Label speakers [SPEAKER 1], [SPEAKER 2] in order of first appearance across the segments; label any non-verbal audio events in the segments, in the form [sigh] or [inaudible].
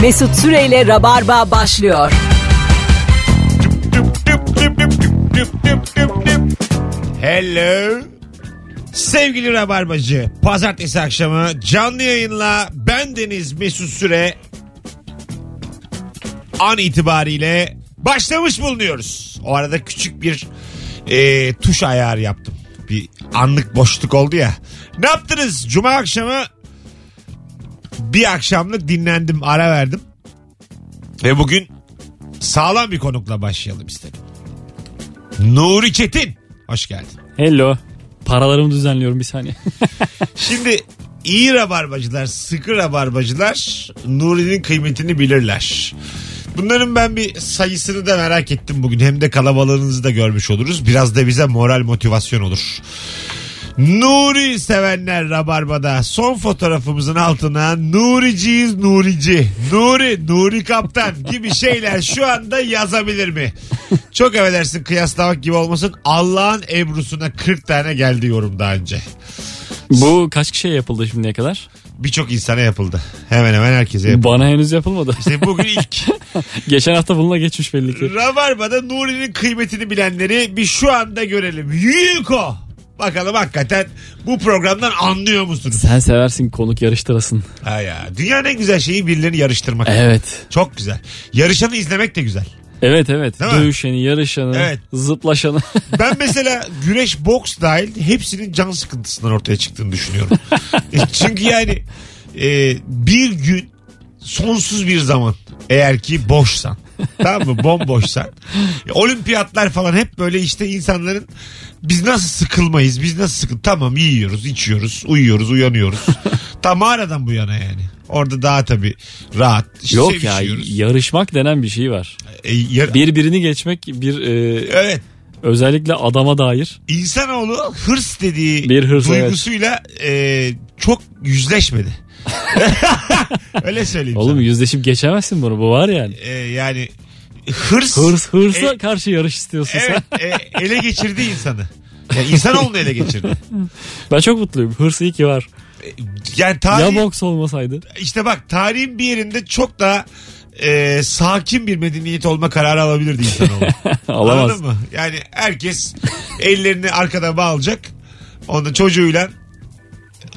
[SPEAKER 1] Mesut Süreyle Rabarba başlıyor.
[SPEAKER 2] Düp, düp, düp, düp, düp, düp, düp, düp, düp. Hello. Sevgili Rabarbacı, pazartesi akşamı canlı yayınla bendeniz Mesut Süre an itibariyle başlamış bulunuyoruz. O arada küçük bir e, tuş ayarı yaptım. Bir anlık boşluk oldu ya. Ne yaptınız? Cuma akşamı bir akşamlık dinlendim, ara verdim. Ve bugün sağlam bir konukla başlayalım istedim. Nuri Çetin. Hoş geldin.
[SPEAKER 3] Hello. Paralarımı düzenliyorum bir saniye.
[SPEAKER 2] [laughs] Şimdi iyi rabarbacılar, sıkı rabarbacılar Nuri'nin kıymetini bilirler. Bunların ben bir sayısını da merak ettim bugün. Hem de kalabalığınızı da görmüş oluruz. Biraz da bize moral motivasyon olur. Nuri sevenler Rabarba'da son fotoğrafımızın altına Nuriciyiz Nurici, Nuri, Nuri Kaptan gibi şeyler şu anda yazabilir mi? Çok affedersin kıyaslamak gibi olmasın Allah'ın Ebru'suna 40 tane geldi yorum daha önce.
[SPEAKER 3] Bu kaç kişiye yapıldı şimdiye kadar?
[SPEAKER 2] Birçok insana yapıldı. Hemen hemen herkese yapıldı.
[SPEAKER 3] Bana henüz yapılmadı.
[SPEAKER 2] İşte bugün ilk
[SPEAKER 3] [laughs]
[SPEAKER 2] [laughs]
[SPEAKER 3] Geçen hafta bununla geçmiş belli ki.
[SPEAKER 2] Rabarba'da Nuri'nin kıymetini bilenleri bir şu anda görelim. Yuko! Bakalım hakikaten bu programdan anlıyor musunuz?
[SPEAKER 3] Sen seversin konuk yarıştırasın.
[SPEAKER 2] Ha ya. Dünyanın en güzel şeyi birilerini yarıştırmak.
[SPEAKER 3] Evet.
[SPEAKER 2] Çok güzel. Yarışanı izlemek de güzel.
[SPEAKER 3] Evet evet.
[SPEAKER 2] Değil mi?
[SPEAKER 3] Dövüşeni, yarışanı,
[SPEAKER 2] Evet.
[SPEAKER 3] zıplaşanı.
[SPEAKER 2] Ben mesela güreş, boks dahil hepsinin can sıkıntısından ortaya çıktığını düşünüyorum. E, Çünkü yani e, bir gün sonsuz bir zaman eğer ki boşsan. Tamam mı? Bomboşsan. E, Olimpiyatlar falan hep böyle işte insanların biz nasıl sıkılmayız? Biz nasıl sıkıl? Tamam yiyoruz, içiyoruz, uyuyoruz, uyanıyoruz. Tam mağaradan bu yana yani. Orada daha tabii rahat. işte
[SPEAKER 3] Yok ya
[SPEAKER 2] sevişiyoruz.
[SPEAKER 3] yarışmak denen bir şey var.
[SPEAKER 2] E, yar-
[SPEAKER 3] Birbirini geçmek bir e,
[SPEAKER 2] evet.
[SPEAKER 3] özellikle adama dair.
[SPEAKER 2] İnsanoğlu hırs dediği
[SPEAKER 3] Bir hırs,
[SPEAKER 2] duygusuyla e, çok yüzleşmedi.
[SPEAKER 3] [laughs]
[SPEAKER 2] Öyle söyleyeyim
[SPEAKER 3] Oğlum
[SPEAKER 2] sana.
[SPEAKER 3] yüzleşip geçemezsin bunu bu var yani.
[SPEAKER 2] E, yani hırs,
[SPEAKER 3] Hırs hırsa
[SPEAKER 2] E,
[SPEAKER 3] karşı yarış istiyorsun
[SPEAKER 2] evet,
[SPEAKER 3] sen.
[SPEAKER 2] e, ele geçirdi insanı. Yani insanoğlunu ele geçirdi.
[SPEAKER 3] Ben çok mutluyum. Hırs iyi ki var.
[SPEAKER 2] Yani
[SPEAKER 3] Ya
[SPEAKER 2] tarih,
[SPEAKER 3] boks olmasaydı.
[SPEAKER 2] işte bak tarihin bir yerinde çok daha e, sakin bir medeniyet olma kararı alabilirdi insanoğlu.
[SPEAKER 3] Alamaz.
[SPEAKER 2] Anladın mı? Yani herkes ellerini arkada bağlayacak. Onda çocuğuyla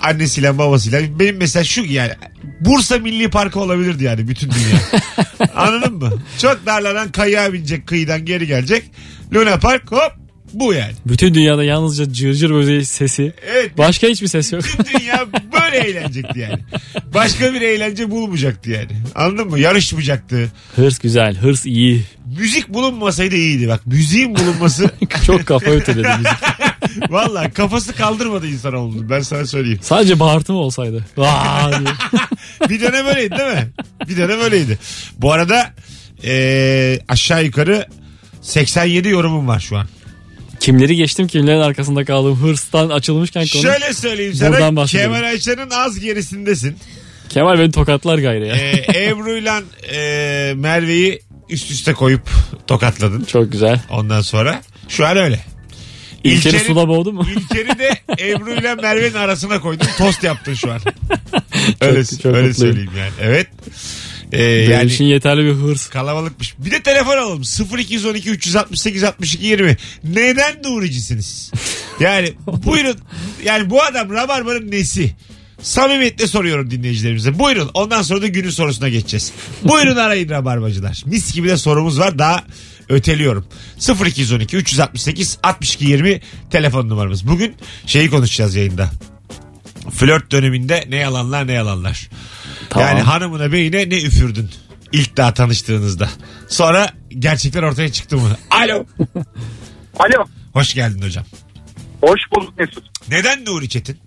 [SPEAKER 2] annesiyle babasıyla. Benim mesela şu yani Bursa Milli Parkı olabilirdi yani bütün dünya. Anladın mı? Çok darlanan kayığa binecek kıyıdan geri gelecek. Luna Park hop bu yani.
[SPEAKER 3] Bütün dünyada yalnızca cırcır böceği sesi.
[SPEAKER 2] Evet.
[SPEAKER 3] Başka hiçbir ses yok.
[SPEAKER 2] Bütün dünya böyle eğlenecekti yani. Başka bir eğlence bulmayacaktı yani. Anladın mı? Yarışmayacaktı.
[SPEAKER 3] Hırs güzel, hırs iyi.
[SPEAKER 2] Müzik bulunmasaydı iyiydi bak. Müziğin bulunması
[SPEAKER 3] Çok kafa öteledi müzik.
[SPEAKER 2] Valla kafası kaldırmadı insan oldu. Ben sana söyleyeyim.
[SPEAKER 3] Sadece bağırtım olsaydı. Vaa diye.
[SPEAKER 2] Bir dönem öyleydi değil mi? Bir dönem öyleydi. Bu arada eee, aşağı yukarı 87 yorumum var şu an.
[SPEAKER 3] Kimleri geçtim kimlerin arkasında kaldım. Hırstan açılmışken konu.
[SPEAKER 2] Şöyle söyleyeyim
[SPEAKER 3] Buradan
[SPEAKER 2] sana.
[SPEAKER 3] bahsedelim.
[SPEAKER 2] Kemal Ayça'nın az gerisindesin. E,
[SPEAKER 3] Kemal beni tokatlar gayrı ya.
[SPEAKER 2] [laughs] Eee Ebru'yla eee, e, Merve'yi üst üste koyup tokatladın.
[SPEAKER 3] Çok güzel.
[SPEAKER 2] Ondan sonra şu an öyle.
[SPEAKER 3] İlker'i
[SPEAKER 2] İlker'in-
[SPEAKER 3] suda boğdu mu?
[SPEAKER 2] İlker'i de Ebru ile Merve'nin arasına koydun. Tost yaptın şu an. Öyle,
[SPEAKER 3] [laughs] çok
[SPEAKER 2] öyle
[SPEAKER 3] mutluyum.
[SPEAKER 2] söyleyeyim yani. Evet. Ee,
[SPEAKER 3] Benim
[SPEAKER 2] yani
[SPEAKER 3] için yeterli bir hırs.
[SPEAKER 2] kalabalıkmış. Bir de telefon alalım. 0212 368 62 20. Neden Nuricisiniz? Yani buyurun. Yani bu adam Rabarba'nın nesi? Samimiyetle soruyorum dinleyicilerimize. Buyurun ondan sonra da günün sorusuna geçeceğiz. Buyurun arayın Rabarbacılar. Mis gibi de sorumuz var daha öteliyorum. 0212 368 62 20 telefon numaramız. Bugün şeyi konuşacağız yayında. Flört döneminde ne yalanlar ne yalanlar.
[SPEAKER 3] Tamam.
[SPEAKER 2] Yani hanımına beyine ne üfürdün ilk daha tanıştığınızda. Sonra gerçekler ortaya çıktı mı? Alo.
[SPEAKER 4] Alo.
[SPEAKER 2] Hoş geldin hocam.
[SPEAKER 4] Hoş bulduk Mesut.
[SPEAKER 2] Neden Nuri Çetin?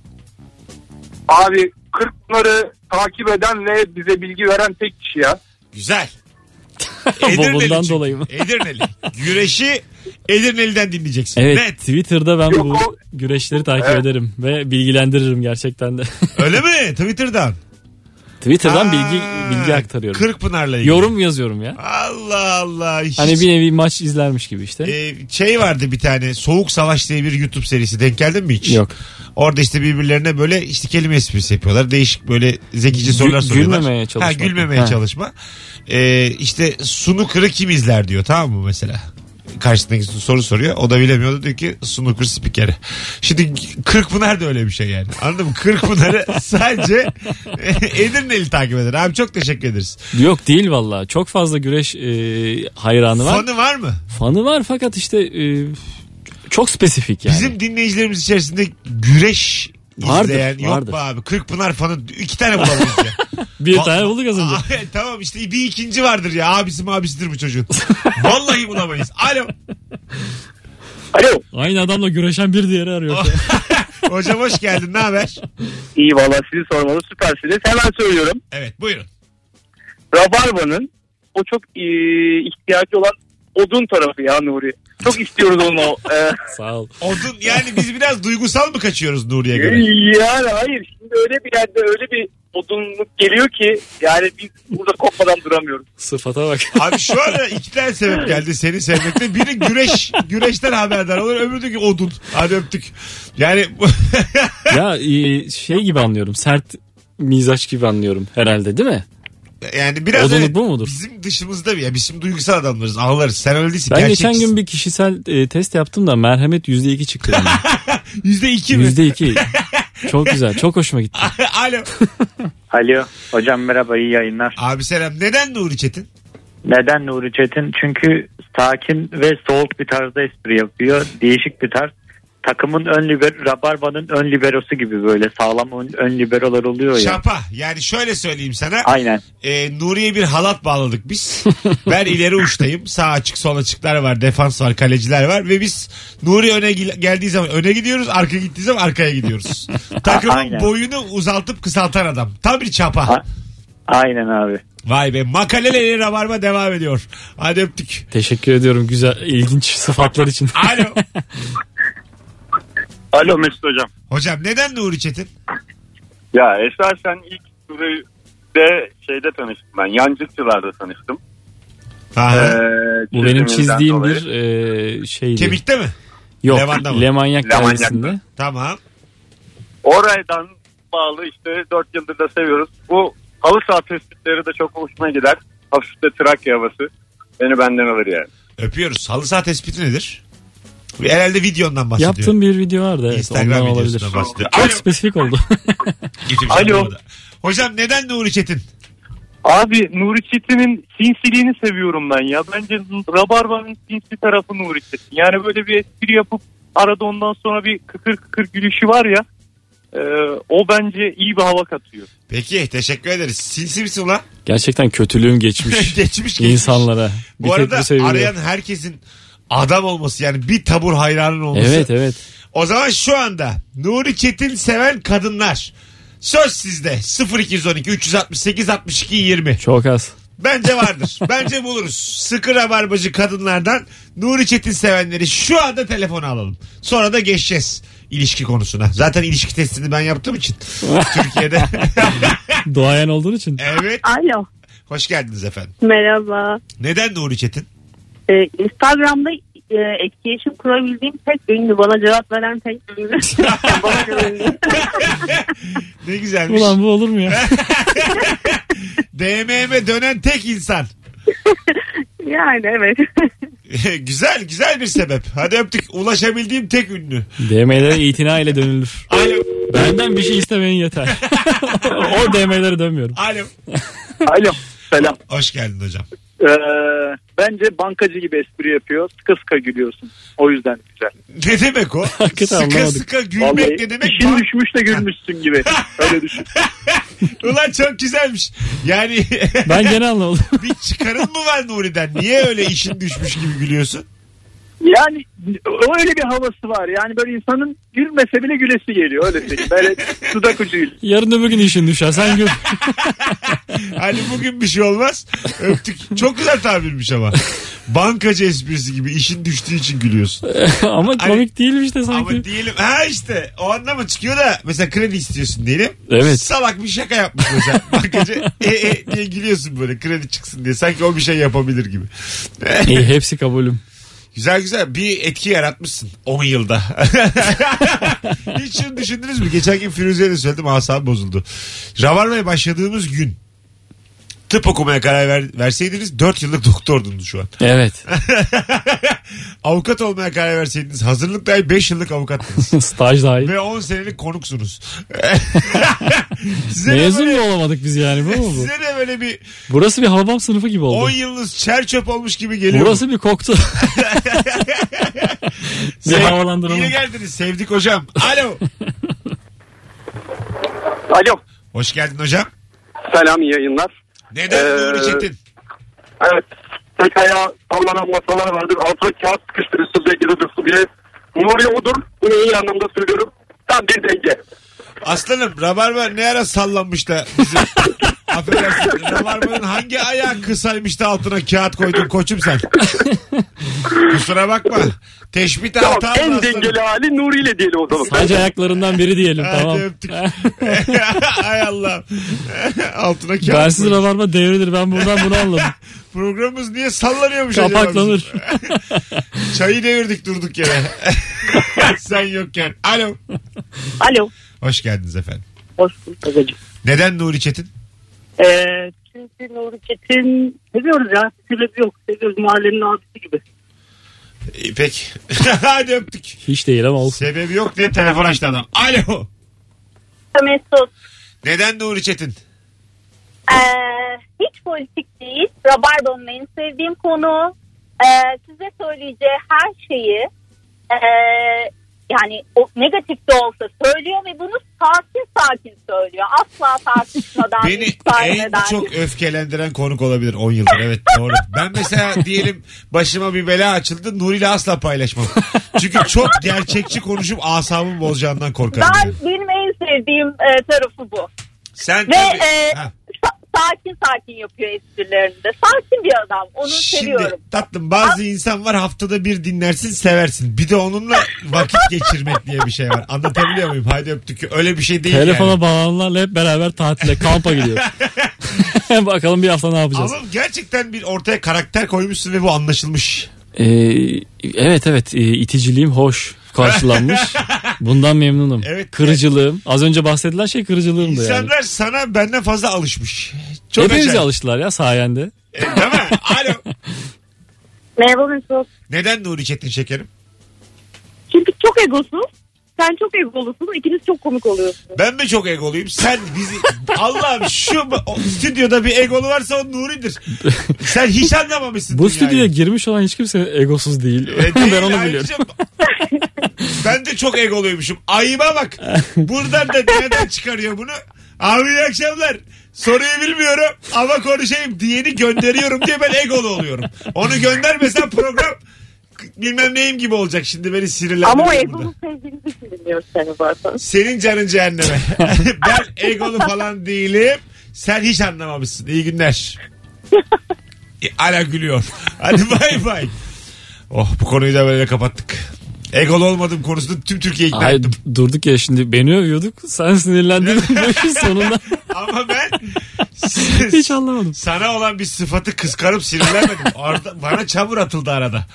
[SPEAKER 4] Abi Kırklar'ı takip eden ve bize bilgi veren tek kişi ya.
[SPEAKER 3] [laughs]
[SPEAKER 2] Güzel.
[SPEAKER 3] Bundan
[SPEAKER 2] çünkü.
[SPEAKER 3] dolayı mı?
[SPEAKER 2] [laughs] Edirneli. Güreşi Edirneli'den dinleyeceksin.
[SPEAKER 3] Evet
[SPEAKER 2] Net.
[SPEAKER 3] Twitter'da ben
[SPEAKER 4] Yok,
[SPEAKER 3] bu
[SPEAKER 4] o-
[SPEAKER 3] güreşleri takip
[SPEAKER 2] [laughs]
[SPEAKER 4] Evet.
[SPEAKER 3] ederim ve bilgilendiririm gerçekten de.
[SPEAKER 2] Öyle mi? Twitter'dan.
[SPEAKER 3] Twitter'dan
[SPEAKER 2] Aa,
[SPEAKER 3] bilgi bilgi aktarıyorum.
[SPEAKER 2] Kırkpınar'la ilgili.
[SPEAKER 3] Yorum yazıyorum ya.
[SPEAKER 2] Allah Allah. Hiç-
[SPEAKER 3] Hani bir nevi maç izlermiş gibi işte.
[SPEAKER 2] Ee, şey vardı bir tane Soğuk Savaş diye bir YouTube serisi denk geldin mi hiç?
[SPEAKER 3] Yok.
[SPEAKER 2] Orada işte birbirlerine böyle işte kelime esprisi yapıyorlar. Değişik böyle zekice sorular
[SPEAKER 3] Gü-
[SPEAKER 2] soruyorlar.
[SPEAKER 3] gülmemeye çalışma.
[SPEAKER 2] Ha, gülmemeye
[SPEAKER 3] Ha.
[SPEAKER 2] çalışma. Ee, işte sunukırı kim izler diyor tamam mı mesela? Karşısındaki soru soruyor. O da bilemiyordu diyor ki sunukur spikeri. Şimdi Kırkpınar da öyle bir şey yani. Anladın mı?
[SPEAKER 3] [laughs]
[SPEAKER 2] Kırkpınar'ı sadece [laughs] Edirne'li takip eder. Abi çok teşekkür ederiz.
[SPEAKER 3] Yok değil vallahi. Çok fazla güreş e, hayranı var.
[SPEAKER 2] Fanı var mı?
[SPEAKER 3] Fanı var fakat işte e, çok spesifik yani.
[SPEAKER 2] Bizim dinleyicilerimiz içerisinde güreş
[SPEAKER 3] Vardır,
[SPEAKER 2] izleyen yok
[SPEAKER 3] vardır.
[SPEAKER 2] mu abi? Kırkpınar fanı iki tane bulamayız
[SPEAKER 3] [laughs]
[SPEAKER 2] ya.
[SPEAKER 3] bir tane bulduk az önce.
[SPEAKER 2] Aa, tamam işte bir ikinci vardır ya. Abisi mabisidir bu çocuğun. [laughs] Vallahi bulamayız. Alo. [laughs]
[SPEAKER 4] Alo.
[SPEAKER 3] Aynı adamla güreşen bir diğeri arıyor.
[SPEAKER 2] Hocam hoş geldin. Ne haber?
[SPEAKER 4] İyi valla sizi sormalı süpersiniz. Hemen söylüyorum.
[SPEAKER 2] Evet buyurun.
[SPEAKER 4] Rabarba'nın o çok e, ihtiyacı olan odun tarafı ya Nuri. Çok istiyoruz onu. [laughs] E,
[SPEAKER 3] Sağ ol.
[SPEAKER 2] Odun yani biz biraz duygusal mı kaçıyoruz Nuri'ye
[SPEAKER 3] [laughs]
[SPEAKER 2] göre?
[SPEAKER 4] yani hayır şimdi öyle bir yerde öyle bir odunluk geliyor ki yani biz burada kopmadan duramıyoruz.
[SPEAKER 2] [laughs]
[SPEAKER 3] Sıfata bak.
[SPEAKER 2] Abi şu ara iki tane sebep geldi seni sevmekte. Biri güreş, güreşten haberdar olur. Öbürü de ki odun. Hadi öptük. Yani
[SPEAKER 3] ya e, şey gibi anlıyorum. Sert mizaç gibi anlıyorum herhalde değil mi?
[SPEAKER 2] [laughs] yani biraz
[SPEAKER 3] Odunluk
[SPEAKER 2] evet,
[SPEAKER 3] bu mudur?
[SPEAKER 2] Bizim dışımızda bir ya. Biz şimdi duygusal adamlarız. Ağlarız. Sen öyle değilsin.
[SPEAKER 3] Ben geçen
[SPEAKER 2] gerçekçisin.
[SPEAKER 3] gün bir kişisel e, test yaptım da merhamet %2 çıktı.
[SPEAKER 2] [laughs]
[SPEAKER 3] Yani.
[SPEAKER 2] Yüzde iki mi?
[SPEAKER 3] %2. Çok güzel. Çok hoşuma gitti.
[SPEAKER 2] [laughs] Alo.
[SPEAKER 5] Alo. Hocam merhaba iyi yayınlar.
[SPEAKER 2] Abi selam. Neden Nuri Çetin?
[SPEAKER 5] Neden Nuri Çetin? Çünkü sakin ve soğuk bir tarzda espri yapıyor. Değişik bir tarz. Takımın ön liber, Rabarba'nın ön liberosu gibi böyle sağlam ön, ön liberolar oluyor ya.
[SPEAKER 2] Şapa. Yani şöyle söyleyeyim sana.
[SPEAKER 5] Aynen.
[SPEAKER 2] Ee, Nuri'ye bir halat bağladık biz. ben ileri uçtayım. Sağ açık sol açıklar var. Defans var. Kaleciler var. Ve biz Nuri öne gel- geldiği zaman öne gidiyoruz. Arka gittiği zaman arkaya gidiyoruz. Takımın
[SPEAKER 5] Aynen.
[SPEAKER 2] boyunu uzaltıp kısaltan adam. Tam bir çapa.
[SPEAKER 5] A-
[SPEAKER 2] [laughs]
[SPEAKER 5] Aynen abi.
[SPEAKER 2] Vay be. Makaleleri rabarba devam ediyor. Hadi öptük.
[SPEAKER 3] Teşekkür ediyorum güzel ilginç sıfatlar için.
[SPEAKER 2] [laughs] Alo.
[SPEAKER 6] Alo Mesut Hocam.
[SPEAKER 2] Hocam neden Nuri Çetin?
[SPEAKER 6] Ya esasen ilk Nuri'de şeyde tanıştım ben. Yancıkçılarda tanıştım.
[SPEAKER 2] Aha.
[SPEAKER 6] Ee,
[SPEAKER 3] Bu
[SPEAKER 6] çizimimden
[SPEAKER 3] benim çizdiğim
[SPEAKER 6] dolayı.
[SPEAKER 3] bir e, şeydi.
[SPEAKER 2] Kemikte mi?
[SPEAKER 3] Yok.
[SPEAKER 2] Levan'da mı?
[SPEAKER 3] Lemanyak
[SPEAKER 6] Lemanyak
[SPEAKER 3] dergisinde.
[SPEAKER 2] Tamam.
[SPEAKER 6] Oraydan bağlı işte 4 yıldır da seviyoruz. Bu halı saha tespitleri de çok hoşuma gider. Hafif de Trakya havası. Beni benden alır yani.
[SPEAKER 2] Öpüyoruz. Halı saha tespiti nedir? Herhalde videondan bahsediyor.
[SPEAKER 3] Yaptığım bir video vardı. Evet,
[SPEAKER 2] Instagram
[SPEAKER 3] ondan olabilir.
[SPEAKER 2] videosunda bahsediyor.
[SPEAKER 3] Çok spesifik oldu. [laughs]
[SPEAKER 2] Gitmiş
[SPEAKER 6] Alo.
[SPEAKER 2] anlamadı. Hocam neden Nuri Çetin?
[SPEAKER 6] Abi Nuri Çetin'in sinsiliğini seviyorum ben ya. Bence Rabarba'nın sinsi tarafı Nuri Çetin. Yani böyle bir espri yapıp arada ondan sonra bir kıkır kıkır gülüşü var ya. e, o bence iyi bir hava katıyor.
[SPEAKER 2] Peki teşekkür ederiz. Sinsi misin ulan?
[SPEAKER 3] Gerçekten kötülüğüm
[SPEAKER 2] [laughs]
[SPEAKER 3] geçmiş
[SPEAKER 2] geçmiş geçmiş.
[SPEAKER 3] insanlara. Bir
[SPEAKER 2] Bu
[SPEAKER 3] tek
[SPEAKER 2] arada
[SPEAKER 3] bu sevgili.
[SPEAKER 2] arayan herkesin adam olması yani bir tabur hayranın olması.
[SPEAKER 3] Evet evet.
[SPEAKER 2] O zaman şu anda Nuri Çetin seven kadınlar. Söz sizde 0212 368 62 20.
[SPEAKER 3] Çok az.
[SPEAKER 2] Bence
[SPEAKER 3] [laughs]
[SPEAKER 2] vardır. Bence buluruz. Sıkı rabarbacı kadınlardan Nuri Çetin sevenleri şu anda telefona alalım. Sonra da geçeceğiz ilişki konusuna. Zaten ilişki testini ben yaptığım
[SPEAKER 3] [laughs]
[SPEAKER 2] için Türkiye'de. [laughs]
[SPEAKER 3] Doğayan olduğun için.
[SPEAKER 2] evet.
[SPEAKER 7] Alo.
[SPEAKER 2] Hoş geldiniz efendim.
[SPEAKER 7] Merhaba.
[SPEAKER 2] Neden Nuri Çetin?
[SPEAKER 7] Ee, Instagram'da e, etkileşim kurabildiğim tek ünlü. Bana cevap veren tek ünlü. [laughs] Bana güvenin.
[SPEAKER 2] Ne güzelmiş.
[SPEAKER 3] Ulan bu olur
[SPEAKER 2] [laughs]
[SPEAKER 3] mu ya?
[SPEAKER 2] DM'me e dönen tek insan. [laughs]
[SPEAKER 7] yani evet. [laughs]
[SPEAKER 2] güzel güzel bir sebep. Hadi öptük. Ulaşabildiğim tek ünlü.
[SPEAKER 3] DM'lere itina ile dönülür.
[SPEAKER 2] Alo.
[SPEAKER 3] Benden bir şey istemeyin
[SPEAKER 2] [laughs]
[SPEAKER 3] yeter. o DM'lere dönmüyorum.
[SPEAKER 2] Alo.
[SPEAKER 5] Alo. Selam. Ee,
[SPEAKER 2] Hoş geldin hocam.
[SPEAKER 5] bence bankacı gibi espri yapıyor. Sıkı sıkı gülüyorsun. O yüzden güzel.
[SPEAKER 2] Ne demek o?
[SPEAKER 3] [laughs] Hakikaten
[SPEAKER 2] sıka
[SPEAKER 3] anlamadık.
[SPEAKER 2] sıka gülmek ne demek? Bak-
[SPEAKER 5] düşmüş de
[SPEAKER 2] [laughs]
[SPEAKER 5] gülmüşsün gibi. Öyle düşün.
[SPEAKER 2] Ulan çok güzelmiş. Yani [laughs]
[SPEAKER 3] Ben genel anlamadım.
[SPEAKER 2] bir çıkarın mı var Nuri'den? Niye öyle işin düşmüş gibi gülüyorsun?
[SPEAKER 4] Yani o öyle bir havası var. Yani böyle insanın gülmese bile gülesi geliyor. Öyle söyleyeyim. Böyle
[SPEAKER 2] [laughs]
[SPEAKER 4] dudak ucuyla.
[SPEAKER 3] Yarın öbür gün işin düşer. Sen gör.
[SPEAKER 2] Hani bugün bir şey olmaz. Öptük. Çok güzel tabirmiş ama. Bankacı esprisi gibi işin düştüğü için gülüyorsun.
[SPEAKER 3] [laughs] Ama komik değilmiş de sanki.
[SPEAKER 2] Ama diyelim ha işte o anlama çıkıyor da mesela kredi istiyorsun diyelim.
[SPEAKER 3] Evet.
[SPEAKER 2] Salak bir şaka yapmış mesela. Bankacı e, e diye gülüyorsun böyle kredi çıksın diye. Sanki o bir şey yapabilir gibi. Eh,
[SPEAKER 3] İyi hepsi kabulüm.
[SPEAKER 2] Güzel güzel bir etki yaratmışsın 10 yılda. [laughs] Hiç şunu düşündünüz mü? Geçen gün Firuze'ye de söyledim asabım bozuldu. Ravarmaya başladığımız gün tıp okumaya karar ver- verseydiniz 4 yıllık doktordunuz şu an. [laughs]
[SPEAKER 3] Evet.
[SPEAKER 2] Avukat olmaya karar verseydiniz hazırlık dahil 5 yıllık avukattınız.
[SPEAKER 3] Staj dahil.
[SPEAKER 2] Ve 10 senelik
[SPEAKER 3] [laughs]
[SPEAKER 2] konuksunuz. size, ne
[SPEAKER 3] Mezun
[SPEAKER 2] böyle,
[SPEAKER 3] mu olamadık biz yani bu mu bu?
[SPEAKER 2] size ne böyle bir
[SPEAKER 3] Burası bir hababam sınıfı gibi
[SPEAKER 2] 10
[SPEAKER 3] oldu.
[SPEAKER 2] yılınız çer çöp olmuş gibi geliyor. [laughs]
[SPEAKER 3] Burası bir koktu. bir
[SPEAKER 2] Sev-
[SPEAKER 3] havalandıralım.
[SPEAKER 2] Yine geldiniz sevdik hocam. Alo.
[SPEAKER 4] Alo.
[SPEAKER 2] Hoş geldin hocam.
[SPEAKER 4] Selam iyi yayınlar.
[SPEAKER 2] Neden
[SPEAKER 4] Ee,
[SPEAKER 2] Nuri Çetin?
[SPEAKER 4] Evet. Tek ayağı sallanan masalar vardır. Altına kağıt sıkıştırırsın belki de dursun diye. Nuri odur. Bunu iyi anlamda söylüyorum. Tam bir denge.
[SPEAKER 2] Aslanım rabarba ne ara sallanmış da
[SPEAKER 3] [laughs]
[SPEAKER 2] bizi... Affedersin. Rabarbanın hangi ayağı kısaymış da altına kağıt koydun koçum
[SPEAKER 3] [laughs]
[SPEAKER 2] sen? Kusura bakma. Teşbih
[SPEAKER 4] Tamam,
[SPEAKER 2] hata
[SPEAKER 4] en dengeli hali Nuri ile diyelim o zaman.
[SPEAKER 3] Sadece ayaklarından biri diyelim
[SPEAKER 2] Hadi
[SPEAKER 3] tamam.
[SPEAKER 2] öptük. [laughs] Ay Allah. [laughs] altına kağıt
[SPEAKER 3] Bensiz
[SPEAKER 2] koydun.
[SPEAKER 3] rabarba devrilir ben buradan bunu
[SPEAKER 2] [laughs]
[SPEAKER 3] anladım.
[SPEAKER 2] Programımız niye sallanıyormuş acaba bizim?
[SPEAKER 3] Kapaklanır.
[SPEAKER 2] Çayı devirdik durduk yere. [laughs] sen yokken. Alo.
[SPEAKER 7] Alo.
[SPEAKER 2] Hoş geldiniz efendim.
[SPEAKER 7] Hoş bulduk hocam.
[SPEAKER 2] Neden Nuri Çetin?
[SPEAKER 7] Ee, çünkü Nuri Çetin seviyoruz ya. Sebebi yok. Seviyoruz mahallenin abisi gibi.
[SPEAKER 2] İyi, Peki. [laughs] Hadi öptük.
[SPEAKER 3] Hiç değil ama olsun.
[SPEAKER 2] Sebebi yok diye telefon açtı adam. Alo.
[SPEAKER 7] Mesut.
[SPEAKER 2] Neden Nuri Çetin?
[SPEAKER 8] Ee, hiç politik değil. Rabarba'nın en sevdiğim konu. Ee, size söyleyeceği her şeyi ee, yani o negatif de olsa söylüyor ve bunu sakin sakin söylüyor. Asla tartışmadan,
[SPEAKER 2] [laughs] Beni
[SPEAKER 8] ısrar
[SPEAKER 2] en
[SPEAKER 8] eden.
[SPEAKER 2] çok öfkelendiren konuk olabilir 10 yıldır. Evet doğru. Ben
[SPEAKER 8] [laughs]
[SPEAKER 2] mesela diyelim başıma bir bela açıldı. Nuri ile asla paylaşmam. Çünkü çok gerçekçi konuşup asabımı bozacağından korkarım.
[SPEAKER 8] Ben
[SPEAKER 2] yani.
[SPEAKER 8] benim en sevdiğim e, tarafı bu.
[SPEAKER 2] Sen
[SPEAKER 8] Ve
[SPEAKER 2] tabii-
[SPEAKER 8] e,
[SPEAKER 2] Ha.
[SPEAKER 8] sa- sakin sakin yapıyor esprilerini de. Sakin bir adam. Onu seviyorum.
[SPEAKER 2] tatlım bazı insan var haftada bir dinlersin seversin. Bir de onunla vakit geçirmek diye bir şey var. Anlatabiliyor muyum? Haydi öptük. Öyle bir şey değil
[SPEAKER 3] Telefona
[SPEAKER 2] yani.
[SPEAKER 3] bağlananlarla hep beraber tatile
[SPEAKER 2] [laughs]
[SPEAKER 3] kampa gidiyor. [laughs] Bakalım bir hafta ne yapacağız.
[SPEAKER 2] Ama gerçekten bir ortaya karakter koymuşsun ve bu anlaşılmış.
[SPEAKER 3] Ee, evet evet e, iticiliğim hoş
[SPEAKER 2] [laughs]
[SPEAKER 3] karşılanmış. Bundan memnunum.
[SPEAKER 2] Evet.
[SPEAKER 3] Kırıcılığım. Az önce bahsedilen şey kırıcılığımdı yani.
[SPEAKER 2] İnsanlar sana benden fazla alışmış. Çok
[SPEAKER 3] Hepimize
[SPEAKER 2] acayip.
[SPEAKER 3] alıştılar ya sayende.
[SPEAKER 2] E, Değil mi? [laughs] Alo.
[SPEAKER 7] Merhaba Mesut.
[SPEAKER 2] Neden Nuri Çetin şekerim?
[SPEAKER 7] Çünkü çok egosuz. Sen çok egolusun. İkiniz çok komik oluyorsunuz.
[SPEAKER 2] Ben mi çok egoluyum? Sen bizi... Allah'ım şu o stüdyoda bir egolu varsa o Nuri'dir. Sen hiç anlamamışsın
[SPEAKER 3] Bu
[SPEAKER 2] dünyayı.
[SPEAKER 3] stüdyoya girmiş olan hiç kimse egosuz değil.
[SPEAKER 2] E, değil,
[SPEAKER 3] [laughs] ben onu
[SPEAKER 2] ayrıca-
[SPEAKER 3] biliyorum.
[SPEAKER 2] ben de çok egoluymuşum. Ayıba bak. Buradan da nereden çıkarıyor bunu? Abi iyi akşamlar. Soruyu bilmiyorum ama konuşayım diyeni gönderiyorum diye ben egolu oluyorum. Onu göndermesen program bilmem neyim gibi olacak. Şimdi beni sinirlendiriyor.
[SPEAKER 7] Ama o
[SPEAKER 2] burada.
[SPEAKER 8] um
[SPEAKER 7] egolu sevdiğiniz için dinliyoruz seni zaten.
[SPEAKER 2] Senin canın cehenneme. [laughs] ben egolu falan değilim. Sen hiç anlamamışsın. İyi günler. E, Ala gülüyor. [laughs] Hadi bay bay. Oh bu konuyu da böyle kapattık. Egolu olmadım konusunda tüm Türkiye'yi ikna
[SPEAKER 3] Ay,
[SPEAKER 2] ettim.
[SPEAKER 3] durduk ya şimdi beni övüyorduk.
[SPEAKER 2] [laughs]
[SPEAKER 3] Sen sinirlendin [laughs] bu işin sonunda.
[SPEAKER 2] Ama ben
[SPEAKER 3] hiç anlamadım.
[SPEAKER 2] sana olan bir sıfatı kıskanıp sinirlenmedim. Orada, bana çamur atıldı arada.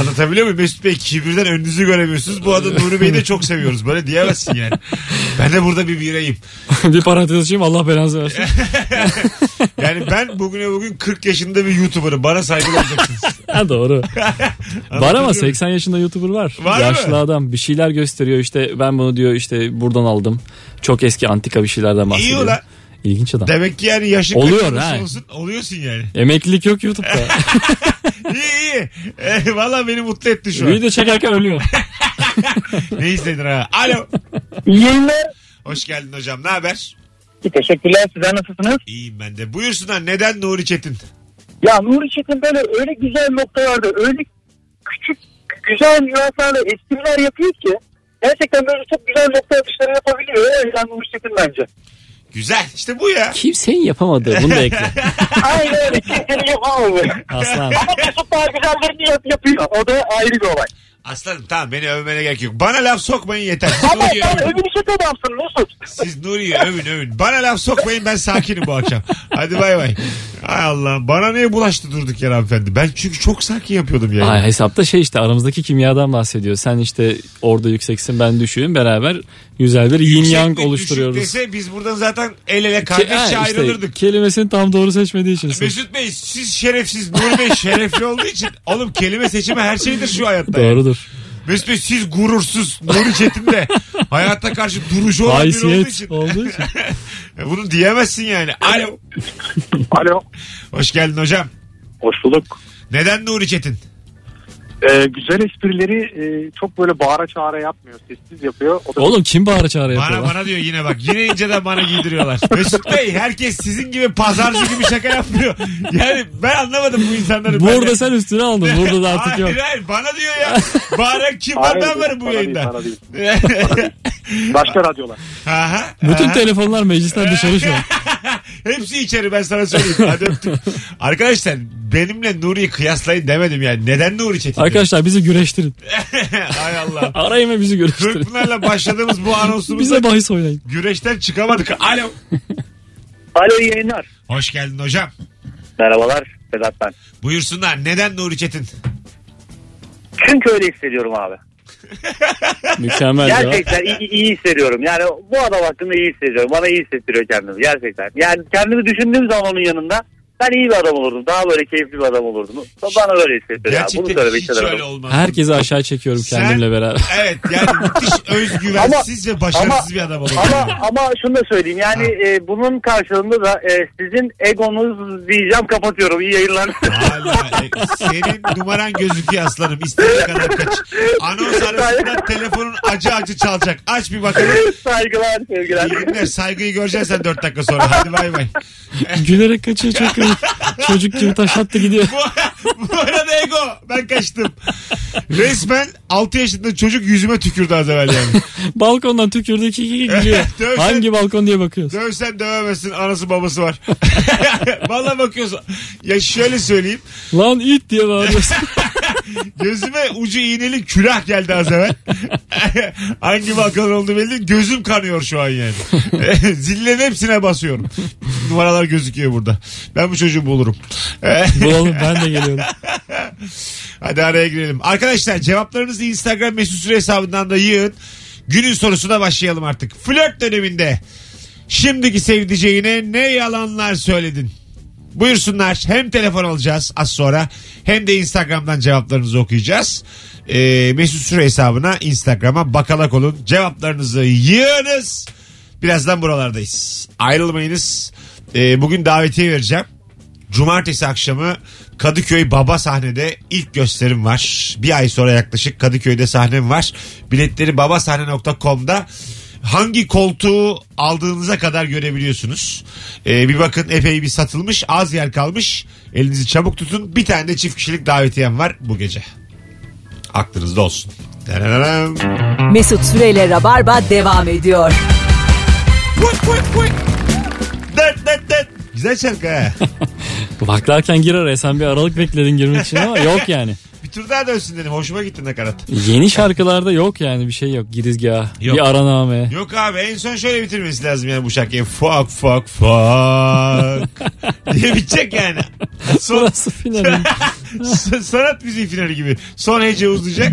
[SPEAKER 2] Anlatabiliyor muyum? Mesut Bey kibirden önünüzü göremiyorsunuz. Bu arada Nuri Bey'i de çok seviyoruz. Böyle diyemezsin yani. Ben de burada bir bireyim.
[SPEAKER 3] [laughs] bir parantez açayım Allah belanızı versin.
[SPEAKER 2] [laughs] Yani ben bugüne bugün 40 yaşında bir YouTuber'ım. Bana saygılı
[SPEAKER 3] [laughs]
[SPEAKER 2] olacaksınız.
[SPEAKER 3] Ha, doğru. Var ama 80 yaşında YouTuber var.
[SPEAKER 2] Var mı?
[SPEAKER 3] Yaşlı adam bir şeyler gösteriyor işte ben bunu diyor işte buradan aldım. Çok eski antika bir şeylerden bahsediyor.
[SPEAKER 2] ulan.
[SPEAKER 3] İlginç adam.
[SPEAKER 2] Demek ki yani yaşın
[SPEAKER 3] Oluyor
[SPEAKER 2] kaç olursa
[SPEAKER 3] ha.
[SPEAKER 2] olsun oluyorsun yani.
[SPEAKER 3] Emeklilik yok YouTube'da.
[SPEAKER 2] İyi iyi. E, Valla beni mutlu etti [laughs] şu an.
[SPEAKER 3] Video
[SPEAKER 2] [laughs]
[SPEAKER 3] çekerken ölüyor.
[SPEAKER 2] ne izledin ha? Alo.
[SPEAKER 5] İyi yayınlar.
[SPEAKER 2] Hoş geldin hocam. Ne haber?
[SPEAKER 5] Teşekkürler. Sizler nasılsınız?
[SPEAKER 2] İyiyim ben de. Buyursunlar neden Nuri Çetin?
[SPEAKER 5] Ya Nuri Çetin böyle öyle güzel noktalarda öyle küçük
[SPEAKER 4] güzel nüanslarla espriler yapıyor ki gerçekten böyle çok güzel nokta atışları yapabiliyor. O yüzden Nuri Çetin [laughs] bence.
[SPEAKER 2] Güzel işte bu ya.
[SPEAKER 3] Kimsenin yapamadığı bunu da ekle.
[SPEAKER 4] Aynen öyle. Kimsenin yapamadı.
[SPEAKER 2] [laughs]
[SPEAKER 3] Aslan.
[SPEAKER 4] Ama Mesut daha güzellerini yap- yapıyor. O da ayrı bir olay.
[SPEAKER 2] Aslanım tamam beni övmene gerek yok. Bana laf sokmayın yeter. Siz
[SPEAKER 4] Ama
[SPEAKER 2] Nuri'yi
[SPEAKER 4] sen
[SPEAKER 2] övün.
[SPEAKER 4] övünüşe adamsın Mesut.
[SPEAKER 2] Siz Nuri'yi övün övün. Bana laf sokmayın ben sakinim bu akşam. Hadi bay bay. Ay Allah bana niye bulaştı durduk yere hanımefendi. Ben çünkü çok sakin yapıyordum yani.
[SPEAKER 3] Ay, hesapta şey işte aramızdaki kimyadan bahsediyor. Sen işte orada yükseksin ben düşüğüm beraber güzel bir yin
[SPEAKER 2] Yüksek
[SPEAKER 3] yang
[SPEAKER 2] ve düşük
[SPEAKER 3] oluşturuyoruz.
[SPEAKER 2] Dese biz buradan zaten el ele
[SPEAKER 3] Ki- ha,
[SPEAKER 2] kardeşçe
[SPEAKER 3] işte
[SPEAKER 2] ayrılırdık.
[SPEAKER 3] kelimesini tam doğru seçmediği için. sırf.
[SPEAKER 2] Mesut Bey siz şerefsiz Nuri Bey şerefli olduğu için oğlum kelime seçimi her şeydir şu hayatta. yani.
[SPEAKER 3] Doğrudur.
[SPEAKER 2] Mesut Bey siz gurursuz Nuri Çetin de hayata karşı duruşu olan biri olduğu için E,
[SPEAKER 3] Haysiyet
[SPEAKER 2] [laughs]
[SPEAKER 3] olduğu için.
[SPEAKER 2] bunu diyemezsin yani. Alo
[SPEAKER 4] Alo.
[SPEAKER 2] hoş geldin hocam.
[SPEAKER 4] Hoş bulduk.
[SPEAKER 2] Neden Nuri Çetin?
[SPEAKER 4] e, güzel esprileri e, çok böyle bağıra çağıra yapmıyor. Sessiz yapıyor. O
[SPEAKER 3] Oğlum kim bağıra çağıra yapıyor
[SPEAKER 2] Bana
[SPEAKER 3] lan?
[SPEAKER 2] bana diyor yine bak. Yine inceden bana giydiriyorlar. Mesut Bey herkes sizin gibi pazarcı gibi şaka yapmıyor. Yani ben anlamadım bu insanları. Ben de-
[SPEAKER 3] Burada sen üstüne aldın. Burada da artık yok.
[SPEAKER 2] hayır, hayır bana diyor ya. Bağıran kim var ben varım bu yayında.
[SPEAKER 4] Değil, Başka radyolar.
[SPEAKER 2] [laughs] Aha,
[SPEAKER 3] Bütün
[SPEAKER 2] aha.
[SPEAKER 3] telefonlar meclisten
[SPEAKER 2] [laughs]
[SPEAKER 3] dışarı şu an.
[SPEAKER 2] Hepsi içeri ben sana söyleyeyim. Hadi öptüm. Arkadaşlar benimle Nuri'yi kıyaslayın demedim yani. Neden Nuri Çetin?
[SPEAKER 3] Arkadaşlar bizi güreştirin.
[SPEAKER 2] [laughs] Hay Allah.
[SPEAKER 3] Arayın ve bizi güreştirin.
[SPEAKER 2] Kırkpınar'la başladığımız bu anonsumuzda
[SPEAKER 3] Bize bahis oynayın.
[SPEAKER 2] güreşten çıkamadık. Alo.
[SPEAKER 4] Alo iyi yayınlar.
[SPEAKER 2] Hoş geldin hocam.
[SPEAKER 4] Merhabalar Sedat ben.
[SPEAKER 2] Buyursunlar. Neden Nuri Çetin?
[SPEAKER 4] Çünkü öyle hissediyorum abi.
[SPEAKER 3] Mükemmel cevap.
[SPEAKER 4] Gerçekten iyi, iyi hissediyorum. Yani bu adam hakkında iyi hissediyorum. Bana iyi hissettiriyor kendimi gerçekten. Yani kendimi düşündüğüm zaman onun yanında ben iyi bir adam olurdum. Daha böyle keyifli bir adam olurdum. Bana böyle hissettiriyor. ya. Bunu
[SPEAKER 2] Gerçekten
[SPEAKER 4] söylemek
[SPEAKER 2] hiç
[SPEAKER 4] istedim.
[SPEAKER 2] öyle olmaz.
[SPEAKER 3] Herkesi aşağı çekiyorum
[SPEAKER 2] Sen- [laughs]
[SPEAKER 3] kendimle beraber.
[SPEAKER 2] Evet yani müthiş özgüvensiz ve başarısız bir adam olabilir.
[SPEAKER 4] Ama ama şunu da söyleyeyim yani e, bunun karşılığında da e, sizin egonuz diyeceğim kapatıyorum iyi
[SPEAKER 9] [laughs]
[SPEAKER 4] yayınlar.
[SPEAKER 2] Hala, e, senin numaran gözüküyor aslanım. İstediğin kadar kaç. Anons arasında telefonun acı acı çalacak. Aç bir bakalım.
[SPEAKER 4] Saygılar sevgiler.
[SPEAKER 2] İyi günler. Saygıyı göreceksin sen 4 dakika sonra. Hadi bay bay.
[SPEAKER 3] Gülerek kaçıyor çok komik. Çocuk gibi taş attı gidiyor.
[SPEAKER 2] Bu, bu arada ego. Ben kaçtım. Resmen 6 yaşında çocuk yüzüme tükürdü az evvel yani.
[SPEAKER 3] Balkondan tükürdü ki ki ki gidiyor.
[SPEAKER 2] Dövsen-
[SPEAKER 3] Hangi balkon diye bakıyoruz.
[SPEAKER 2] Dövsen dövemezsin. Anası babası var. [laughs] Vallahi bakıyorsun. Ya şöyle söyleyeyim.
[SPEAKER 3] Lan it
[SPEAKER 2] [laughs]
[SPEAKER 3] diye bağırıyorsun.
[SPEAKER 2] Gözüme ucu iğneli külah geldi az evvel. [laughs] Hangi bakan oldu belli değil. Gözüm kanıyor şu an yani. [laughs] Zillerin hepsine basıyorum. Numaralar gözüküyor burada. Ben bu çocuğu bulurum. [laughs]
[SPEAKER 3] Bulalım ben de geliyorum.
[SPEAKER 2] Hadi araya girelim. Arkadaşlar cevaplarınızı Instagram mesut süre hesabından da yığın. Günün sorusuna başlayalım artık. Flört döneminde şimdiki sevdiceğine ne yalanlar söyledin? Buyursunlar. Hem telefon alacağız az sonra hem de Instagram'dan cevaplarınızı okuyacağız. Ee, Mesut Süre hesabına Instagram'a bakalak olun. Cevaplarınızı yığınız. Birazdan buralardayız. Ayrılmayınız. Ee, bugün davetiye vereceğim. Cumartesi akşamı Kadıköy Baba sahnede ilk gösterim var. Bir ay sonra yaklaşık Kadıköy'de sahnem var. Biletleri babasahne.com'da hangi koltuğu aldığınıza kadar görebiliyorsunuz. Ee, bir bakın epey bir satılmış az yer kalmış. Elinizi çabuk tutun. Bir tane de çift kişilik davetiyem var bu gece. Aklınızda olsun. Tararararam.
[SPEAKER 1] Mesut Süreyle Rabarba devam ediyor.
[SPEAKER 2] Pıt pıt pıt. Dıt dıt dıt. Güzel şarkı ha.
[SPEAKER 3] Baklarken gir araya sen bir aralık bekledin girmek için ama yok yani.
[SPEAKER 2] Bir tur daha dönsün dedim. Hoşuma gitti nakarat.
[SPEAKER 3] Yeni şarkılarda yok yani bir şey yok. Girizgah,
[SPEAKER 2] Yok.
[SPEAKER 3] bir araname.
[SPEAKER 2] Yok abi en son şöyle bitirmesi lazım yani bu şarkıyı. Fuck fuck fuck diye bitecek yani.
[SPEAKER 3] [laughs]
[SPEAKER 2] Son,
[SPEAKER 3] Burası finalim.
[SPEAKER 2] [laughs] sanat müziği finali gibi. Son hece uzayacak.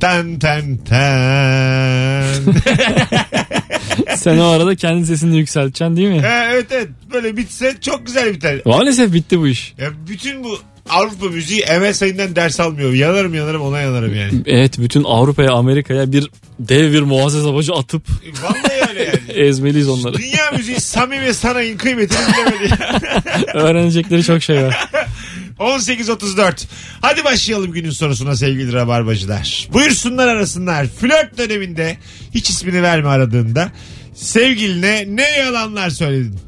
[SPEAKER 2] Tan tan tan. [laughs]
[SPEAKER 3] Sen o arada kendi sesini yükselteceksin değil mi?
[SPEAKER 2] Ha, evet evet böyle bitse çok güzel biter.
[SPEAKER 3] Maalesef bitti bu iş.
[SPEAKER 2] Ya bütün bu Avrupa müziği Emel Sayın'dan ders almıyor. Yanarım yanarım ona yanarım yani.
[SPEAKER 3] Evet bütün Avrupa'ya Amerika'ya bir dev bir muazzez havacı atıp
[SPEAKER 2] Vallahi öyle
[SPEAKER 3] [laughs]
[SPEAKER 2] yani.
[SPEAKER 3] ezmeliyiz onları.
[SPEAKER 2] Dünya müziği Sami ve Sanay'ın kıymetini bilemedi.
[SPEAKER 3] Öğrenecekleri çok şey var.
[SPEAKER 2] 18.34. Hadi başlayalım günün sorusuna sevgili rabarbacılar. Buyursunlar arasınlar. Flört döneminde hiç ismini verme aradığında sevgiline ne yalanlar söyledin?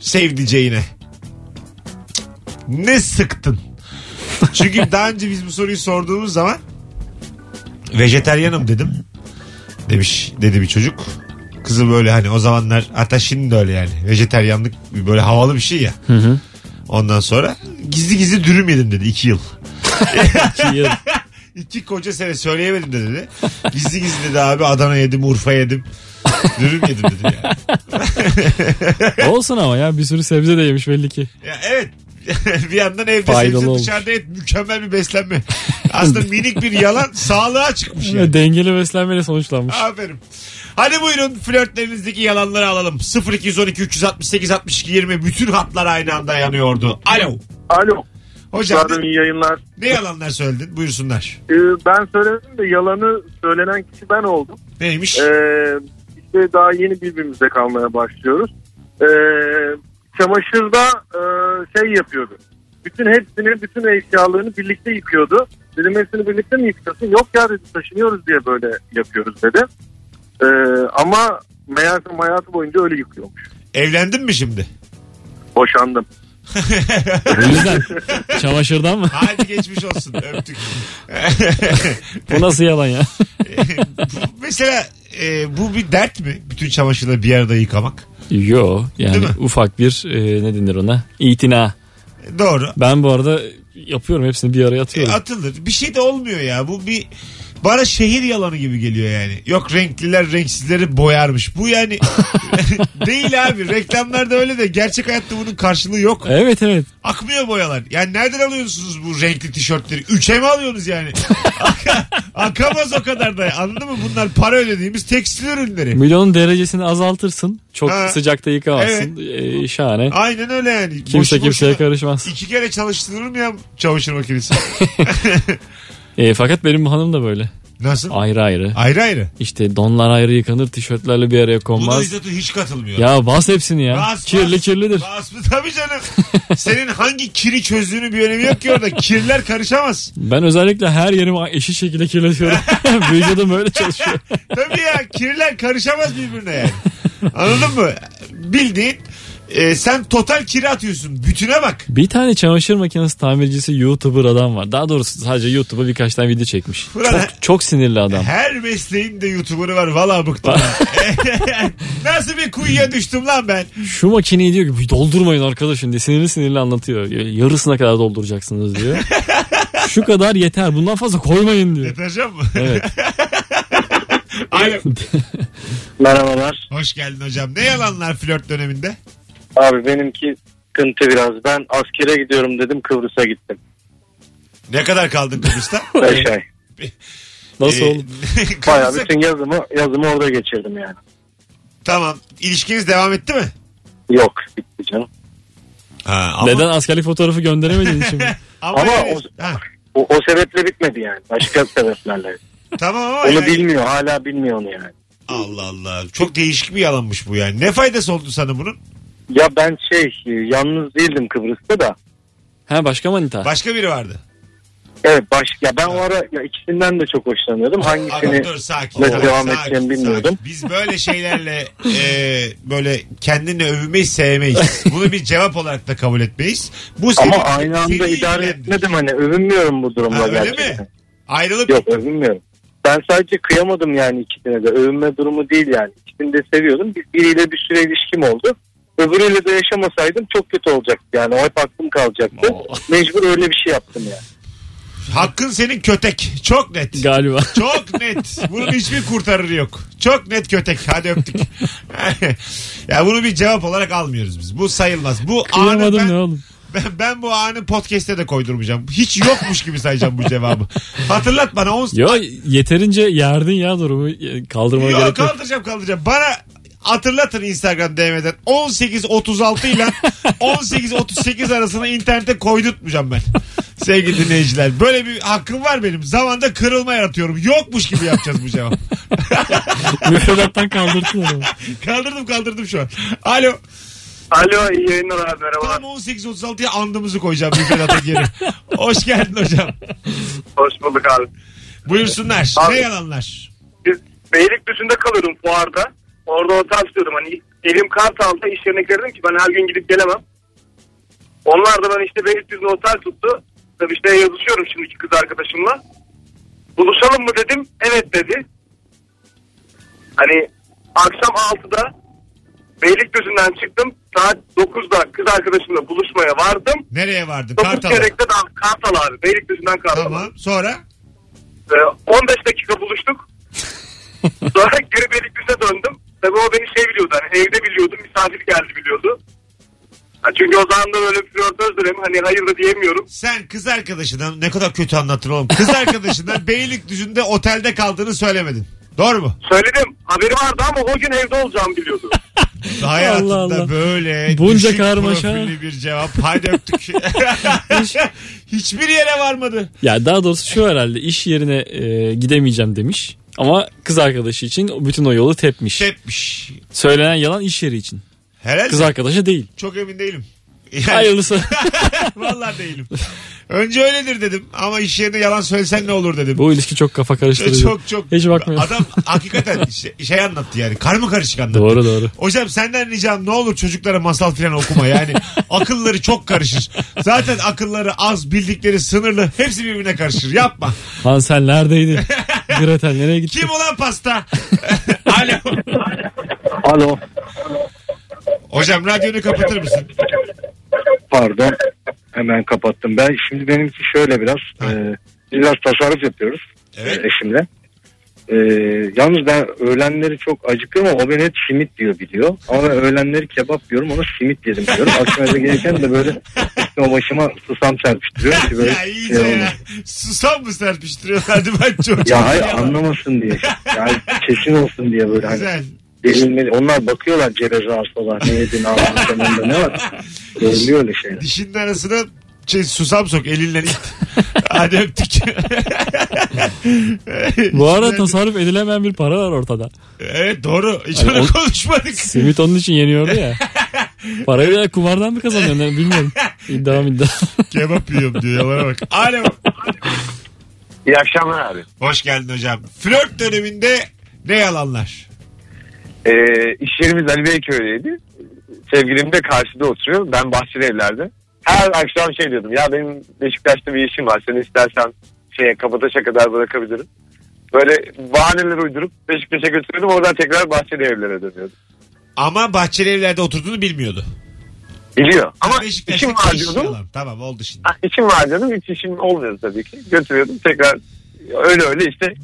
[SPEAKER 2] Sevdiceğine. Ne sıktın? Çünkü daha önce biz bu soruyu sorduğumuz zaman Vejeteryanım dedim. Demiş dedi bir çocuk. Kızı böyle hani o zamanlar hatta şimdi de öyle yani. Vejeteryanlık böyle havalı bir şey ya. Ondan sonra gizli gizli dürüm yedim dedi iki yıl.
[SPEAKER 3] İki yıl.
[SPEAKER 2] İki koca sene söyleyemedim de dedi. Gizli gizli dedi abi Adana yedim Urfa yedim. Dürüm yedim dedim yani.
[SPEAKER 3] Olsun ama ya bir sürü sebze de yemiş belli ki.
[SPEAKER 2] Ya evet. [laughs] bir yandan evde
[SPEAKER 3] Faydalı
[SPEAKER 2] sebze
[SPEAKER 3] olmuş.
[SPEAKER 2] dışarıda et mükemmel bir beslenme. Aslında minik bir yalan sağlığa çıkmış yani.
[SPEAKER 3] Dengeli beslenmeyle sonuçlanmış.
[SPEAKER 2] Aferin. Hadi buyurun flörtlerinizdeki yalanları alalım. 0212 368 62 20 bütün hatlar aynı anda yanıyordu. Alo.
[SPEAKER 9] Alo.
[SPEAKER 2] Hocam
[SPEAKER 9] Pardon iyi yayınlar.
[SPEAKER 2] ne, ne yalanlar söyledin? Buyursunlar.
[SPEAKER 9] Ee, ben söyledim de yalanı söylenen kişi ben oldum.
[SPEAKER 2] Neymiş?
[SPEAKER 9] Ee, işte daha yeni birbirimize kalmaya başlıyoruz. Ee, çamaşırda e, şey yapıyordu. Bütün hepsini, bütün eşyalarını birlikte yıkıyordu. Dedim hepsini birlikte mi yıkıyorsun? Yok ya dedi taşınıyoruz diye böyle yapıyoruz dedi. Ee, ama meğersem hayatı boyunca öyle yıkıyormuş.
[SPEAKER 2] Evlendin mi şimdi? [laughs]
[SPEAKER 9] Boşandım.
[SPEAKER 3] O yüzden çamaşırdan mı?
[SPEAKER 2] Hadi geçmiş olsun. Öptük. [laughs]
[SPEAKER 3] Bu nasıl yalan ya?
[SPEAKER 2] Mesela e, bu bir dert mi? Bütün çamaşırları bir arada yıkamak.
[SPEAKER 3] Yo
[SPEAKER 2] Değil
[SPEAKER 3] yani
[SPEAKER 2] mi?
[SPEAKER 3] ufak bir e, ne denir ona? İtina.
[SPEAKER 2] E, Doğru.
[SPEAKER 3] Ben bu arada yapıyorum hepsini bir araya
[SPEAKER 2] E,
[SPEAKER 3] atıyorum.
[SPEAKER 2] atılır. Bir şey de olmuyor ya. Bu bir bana şehir yalanı gibi geliyor yani. Yok renkliler renksizleri boyarmış. Bu yani değil abi. Reklamlarda öyle de gerçek hayatta bunun karşılığı yok.
[SPEAKER 3] Evet evet.
[SPEAKER 2] Akmıyor boyalar. Yani nereden alıyorsunuz bu renkli tişörtleri? Üçe mi alıyorsunuz yani? Aka- Akamaz o kadar da. Anladın mı? Bunlar para ödediğimiz tekstil ürünleri.
[SPEAKER 3] Milyon derecesini azaltırsın. Çok
[SPEAKER 2] Ha.
[SPEAKER 3] sıcakta yıkamazsın. E, şahane.
[SPEAKER 2] Aynen öyle yani.
[SPEAKER 3] Kimse
[SPEAKER 2] Boşu
[SPEAKER 3] kimseye
[SPEAKER 2] boşuna
[SPEAKER 3] karışmaz.
[SPEAKER 2] İki kere çalıştırır mı ya çamaşır makinesi?
[SPEAKER 3] E, fakat benim hanım da böyle.
[SPEAKER 2] Nasıl?
[SPEAKER 3] Ayrı ayrı.
[SPEAKER 2] Ayrı ayrı.
[SPEAKER 3] İşte donlar ayrı yıkanır, tişörtlerle bir araya
[SPEAKER 2] Buna
[SPEAKER 3] konmaz.
[SPEAKER 2] İzzat'ı hiç katılmıyor.
[SPEAKER 3] Ya bas hepsini ya.
[SPEAKER 2] Bas, bas.
[SPEAKER 3] Kirli kirlidir.
[SPEAKER 2] Bas mı? [laughs] Tabii canım. Senin hangi kiri çözdüğünün bir önemi yok ki orada. Kirler
[SPEAKER 3] [laughs]
[SPEAKER 2] karışamaz.
[SPEAKER 3] Ben özellikle her yerimi eşit
[SPEAKER 2] [laughs]
[SPEAKER 3] şekilde kirletiyorum. [laughs] Vücudum öyle çalışıyor.
[SPEAKER 2] Tabii ya kirler karışamaz birbirine yani. Anladın mı? Bildiğin e, sen total kiri atıyorsun. Bütüne bak.
[SPEAKER 3] Bir tane çamaşır makinesi tamircisi YouTuber adam var. Daha doğrusu sadece YouTube'a birkaç tane video çekmiş.
[SPEAKER 2] Fırat-
[SPEAKER 3] Çok, çok sinirli adam.
[SPEAKER 2] Her mesleğin de YouTuber'ı var. Valla
[SPEAKER 3] [laughs]
[SPEAKER 2] bıktım. [laughs] ya. Nasıl bir kuyuya düştüm lan ben?
[SPEAKER 3] Şu makineyi diyor ki doldurmayın arkadaşım diye sinirli sinirli anlatıyor. Yarısına kadar dolduracaksınız
[SPEAKER 2] [laughs]
[SPEAKER 3] diyor. Şu kadar yeter bundan fazla koymayın diyor.
[SPEAKER 2] Deterjan mı?
[SPEAKER 3] Evet.
[SPEAKER 2] [laughs] Alo.
[SPEAKER 5] Merhabalar.
[SPEAKER 2] Hoş geldin hocam. Ne yalanlar flört döneminde?
[SPEAKER 5] Abi benimki sıkıntı biraz. Ben askere gidiyorum dedim Kıbrıs'a gittim.
[SPEAKER 2] Ne kadar kaldın
[SPEAKER 5] [laughs]
[SPEAKER 2] Kıbrıs'ta?
[SPEAKER 5] 5 ay.
[SPEAKER 3] Nasıl
[SPEAKER 2] Ee, [laughs]
[SPEAKER 3] oldu?
[SPEAKER 2] Kıbrıs'a-
[SPEAKER 5] Bayağı şey- bütün yazımı, yazımı orada geçirdim yani.
[SPEAKER 2] Tamam. İlişkiniz devam etti mi?
[SPEAKER 5] Yok bitti canım.
[SPEAKER 2] Ha, ama,
[SPEAKER 3] Neden askerlik fotoğrafı gönderemedin
[SPEAKER 2] [laughs]
[SPEAKER 3] şimdi?
[SPEAKER 2] Ama,
[SPEAKER 5] Ama
[SPEAKER 2] yani- ha,
[SPEAKER 5] O, o sebeple bitmedi yani. Başka [laughs] sebeplerle.
[SPEAKER 2] tamam ama
[SPEAKER 5] Onu
[SPEAKER 2] yani-
[SPEAKER 5] bilmiyor. Hala bilmiyor onu yani.
[SPEAKER 2] Allah Allah. Çok değişik bir yalanmış bu yani. Ne faydası oldu sana bunun?
[SPEAKER 5] Ya ben şey yalnız değildim Kıbrıs'ta da.
[SPEAKER 3] ha başka manita.
[SPEAKER 2] Başka biri vardı.
[SPEAKER 5] Evet baş ya ben o ara ya ikisinden de çok hoşlanıyordum.
[SPEAKER 2] Abi
[SPEAKER 5] Hangisini
[SPEAKER 2] dur sakin.
[SPEAKER 5] nasıl
[SPEAKER 2] dur,
[SPEAKER 5] devam
[SPEAKER 2] sakin,
[SPEAKER 5] edeceğimi bilmiyordum.
[SPEAKER 2] sakin. Biz böyle şeylerle e, böyle kendini övmeyi sevmeyiz. Bunu bir cevap olarak da kabul etmeyiz. Bu seni,
[SPEAKER 5] ama aynı anda
[SPEAKER 2] seni
[SPEAKER 5] idare
[SPEAKER 2] ilgilendirir.
[SPEAKER 5] etmedim hani övünmüyorum bu durumda
[SPEAKER 2] Ha, öyle
[SPEAKER 5] gerçekten.
[SPEAKER 2] mi? Ayrılıp
[SPEAKER 5] Yok övünmüyorum. Ben sadece kıyamadım yani ikisine de. Övünme durumu değil yani. İkisini de seviyordum. Bir- Biriyle bir süre ilişkim oldu. Öbürüyle de yaşamasaydım çok kötü olacaktı yani. O hep aklım kalacaktı. Mecbur öyle bir şey yaptım yani.
[SPEAKER 2] hakkın senin kötek. Çok net.
[SPEAKER 3] Galiba. [laughs]
[SPEAKER 2] Çok net. Bunun hiçbir kurtarırı yok. Çok net kötek. Hadi öptük. [laughs] ya bunu bir cevap olarak almıyoruz biz. Bu sayılmaz. Bu anı
[SPEAKER 3] Kıyamadım ne
[SPEAKER 2] ben,
[SPEAKER 3] oğlum.
[SPEAKER 2] ben, ben bu anı podcast'te de koydurmayacağım. Hiç yokmuş gibi sayacağım bu cevabı. Hatırlat bana. On...
[SPEAKER 3] Yo yeterince yerdin ya durumu. Kaldırmana
[SPEAKER 2] Yok
[SPEAKER 3] gerek yok.
[SPEAKER 2] kaldıracağım kaldıracağım. Bana hatırlatın Instagram DM'den 18.36
[SPEAKER 3] [laughs]
[SPEAKER 2] ile 18.38 arasında internete koydurtmayacağım ben. Sevgili dinleyiciler böyle bir hakkım var benim. Zamanda kırılma yaratıyorum. Yokmuş gibi yapacağız bu
[SPEAKER 3] [laughs]
[SPEAKER 2] cevap.
[SPEAKER 3] Müfredattan kaldırdın onu.
[SPEAKER 2] Kaldırdım kaldırdım şu an. Alo.
[SPEAKER 9] Alo iyi yayınlar abi merhabalar.
[SPEAKER 2] Tam 18.36'ya andımızı koyacağım müfredata geri. Hoş geldin hocam.
[SPEAKER 9] Hoş bulduk abi.
[SPEAKER 2] Buyursunlar.
[SPEAKER 9] Abi.
[SPEAKER 2] Ne yalanlar?
[SPEAKER 9] Biz Beylikdüzü'nde kalıyordum fuarda. Orada otel tutuyordum. Hani elim kart aldı. İş yerine girdim ki ben her gün gidip gelemem. Onlar da ben işte Beylikdüzü'nde otel tuttu. Tabii işte yazışıyorum şimdiki kız arkadaşımla. Buluşalım mı dedim. Evet dedi. Hani akşam 6'da Beylikdüzü'nden çıktım. Saat 9'da kız arkadaşımla buluşmaya vardım.
[SPEAKER 2] Nereye vardın?
[SPEAKER 9] 9
[SPEAKER 2] Kartal'a.
[SPEAKER 9] çeyrekte daha Kartal abi. Beylikdüzü'nden Kartal.
[SPEAKER 2] Tamam. Sonra?
[SPEAKER 9] Ee, 15 dakika buluştuk. Sonra geri Beylikdüzü'ne döndüm. Tabii o beni şey biliyordu hani evde biliyordu misafir geldi biliyordu. Ha, Çünkü o zaman da böyle flörtöz dönemi hani hayır da diyemiyorum.
[SPEAKER 2] Sen kız arkadaşına ne kadar kötü anlattın oğlum. Kız
[SPEAKER 3] [laughs]
[SPEAKER 2] arkadaşına Beylikdüzü'nde otelde kaldığını söylemedin. Doğru mu?
[SPEAKER 9] Söyledim haberi vardı ama o gün evde olacağım biliyordu.
[SPEAKER 2] Hayatında
[SPEAKER 3] Allah Allah.
[SPEAKER 2] böyle
[SPEAKER 3] Bunca
[SPEAKER 2] düşük
[SPEAKER 3] karmaşa.
[SPEAKER 2] profilli bir cevap. Haydi öptük. [laughs] Hiçbir yere varmadı.
[SPEAKER 3] Ya daha doğrusu şu herhalde iş yerine e, gidemeyeceğim demiş. Ama kız arkadaşı için bütün o yolu tepmiş.
[SPEAKER 2] Şey- Şepmiş.
[SPEAKER 3] Söylenen yalan iş yeri için.
[SPEAKER 2] Herhalde
[SPEAKER 3] Kız arkadaşı değil.
[SPEAKER 2] çok emin değilim. Yani,
[SPEAKER 3] Hayırlısı.
[SPEAKER 2] [laughs] Vallahi değilim. Önce öyledir dedim ama iş yerine yalan söylesen ne olur dedim.
[SPEAKER 3] Bu ilişki çok kafa karıştırıcı.
[SPEAKER 2] çok çok.
[SPEAKER 3] Hiç bakmıyorum.
[SPEAKER 2] Adam hakikaten şey, şey anlattı yani. Karma karışık anlattı.
[SPEAKER 3] Doğru doğru.
[SPEAKER 2] Hocam senden ricam ne olur çocuklara masal filan okuma
[SPEAKER 3] [laughs]
[SPEAKER 2] yani. akılları çok karışır. Zaten akılları az, bildikleri sınırlı. Hepsi birbirine karışır. Yapma.
[SPEAKER 3] Lan
[SPEAKER 2] [laughs]
[SPEAKER 3] sen neredeydin? Gretel nereye gitti?
[SPEAKER 2] Kim olan pasta? [laughs] Alo.
[SPEAKER 5] Alo
[SPEAKER 2] Hocam radyonu kapatır mısın?
[SPEAKER 9] Pardon. Hemen kapattım. Ben şimdi benimki şöyle biraz.
[SPEAKER 2] Ha.
[SPEAKER 9] e, biz biraz tasarruf yapıyoruz
[SPEAKER 2] Evet.
[SPEAKER 9] e, eşimle. E, yalnız ben öğlenleri çok acıkıyorum ama o beni hep simit diyor biliyor. Ama ben öğlenleri kebap diyorum ona simit yedim diyorum. Akşam eve gelirken de böyle üstüme başıma susam serpiştiriyor ki
[SPEAKER 2] [laughs]
[SPEAKER 9] böyle
[SPEAKER 2] ya
[SPEAKER 9] şey
[SPEAKER 2] iyice
[SPEAKER 9] olmuş.
[SPEAKER 2] ya. Susam mı serpiştiriyorlardı ben çocuğum.
[SPEAKER 9] Ya hayır anlamasın diye. Yani kesin olsun diye böyle hani.
[SPEAKER 2] Güzel.
[SPEAKER 9] Delirmeli. Onlar bakıyorlar cebeze hastalar. Ne yedin ağzının kenarında ne var? Görülüyor öyle şeyler.
[SPEAKER 2] Dişinin arasına şey, susam sok elinle it. Hadi öptük.
[SPEAKER 3] Bu arada
[SPEAKER 2] Güzel.
[SPEAKER 3] tasarruf edilemeyen bir para var ortada.
[SPEAKER 2] Evet doğru. Hiç
[SPEAKER 3] Hani
[SPEAKER 2] onu
[SPEAKER 3] o-
[SPEAKER 2] konuşmadık.
[SPEAKER 3] Simit onun için
[SPEAKER 2] [laughs]
[SPEAKER 3] yeniyordu ya. Parayı da kumardan mı kazanıyor ne bilmiyorum. İddiam iddia.
[SPEAKER 2] Kebap yiyorum diyor yalana bak. [laughs] Alo.
[SPEAKER 9] İyi akşamlar abi.
[SPEAKER 2] Hoş geldin hocam. Flört döneminde ne yalanlar?
[SPEAKER 9] Ee, iş yerimiz Ali Beyköy'deydi. Sevgilim de karşıda oturuyor. Ben bahçeli evlerde. Her akşam şey diyordum. Ya benim Beşiktaş'ta bir işim var. Seni istersen şeye Kabataş'a kadar bırakabilirim. Böyle bahaneler uydurup Beşiktaş'a götürüyordum. Oradan tekrar bahçeli evlere dönüyordum.
[SPEAKER 2] Ama bahçeli evlerde oturduğunu bilmiyordu.
[SPEAKER 9] Biliyor. Ama
[SPEAKER 2] Beşiktaş'ta
[SPEAKER 9] işim var
[SPEAKER 2] iş
[SPEAKER 9] diyordum.
[SPEAKER 2] yalan. Tamam oldu şimdi.
[SPEAKER 9] Ah, İşim var diyordum. Hiç işim olmuyordu tabii ki. Götürüyordum. Tekrar öyle öyle işte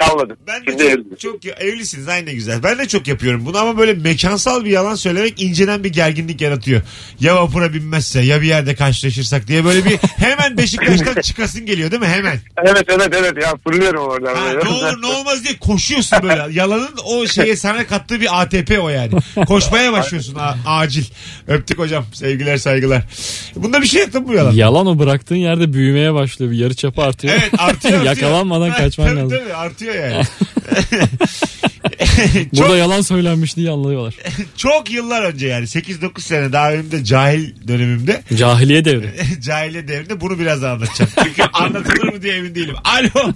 [SPEAKER 9] salladım.
[SPEAKER 2] Ben
[SPEAKER 9] Şimdi
[SPEAKER 2] de
[SPEAKER 9] evliyim.
[SPEAKER 2] çok, çok evlisiniz aynı güzel. Ben de çok yapıyorum bunu ama böyle mekansal bir yalan söylemek inceden bir gerginlik yaratıyor. Ya vapura binmezse ya bir yerde karşılaşırsak diye böyle bir hemen
[SPEAKER 9] [laughs]
[SPEAKER 2] Beşiktaş'tan çıkasın geliyor değil mi hemen?
[SPEAKER 9] Evet evet evet ya fırlıyorum oradan.
[SPEAKER 2] Ha,
[SPEAKER 9] böyle.
[SPEAKER 2] ne
[SPEAKER 9] [laughs]
[SPEAKER 2] olur ne olmaz diye koşuyorsun
[SPEAKER 3] [laughs]
[SPEAKER 2] böyle. Yalanın o şeye sana kattığı bir ATP o yani. Koşmaya başlıyorsun a- acil. Öptük hocam sevgiler saygılar. Bunda bir şey yaptın bu yalan.
[SPEAKER 3] Yalan o bıraktığın yerde büyümeye başlıyor. Bir yarı çapı artıyor.
[SPEAKER 2] Evet
[SPEAKER 3] [laughs]
[SPEAKER 2] artıyor. artıyor.
[SPEAKER 3] Yakalanmadan
[SPEAKER 2] Ha,
[SPEAKER 3] kaçman
[SPEAKER 2] tabii,
[SPEAKER 3] lazım.
[SPEAKER 2] Tabii, artıyor
[SPEAKER 3] [laughs]
[SPEAKER 2] yani. [laughs]
[SPEAKER 3] Burada yalan söylenmiş diye anlıyorlar.
[SPEAKER 2] Çok yıllar önce yani 8-9 sene daha benim de cahil dönemimde [laughs]
[SPEAKER 3] Cahiliye devri.
[SPEAKER 2] cahiliye devrinde bunu biraz daha anlatacağım. Çünkü
[SPEAKER 3] [laughs]
[SPEAKER 2] anlatılır mı diye emin değilim. Alo.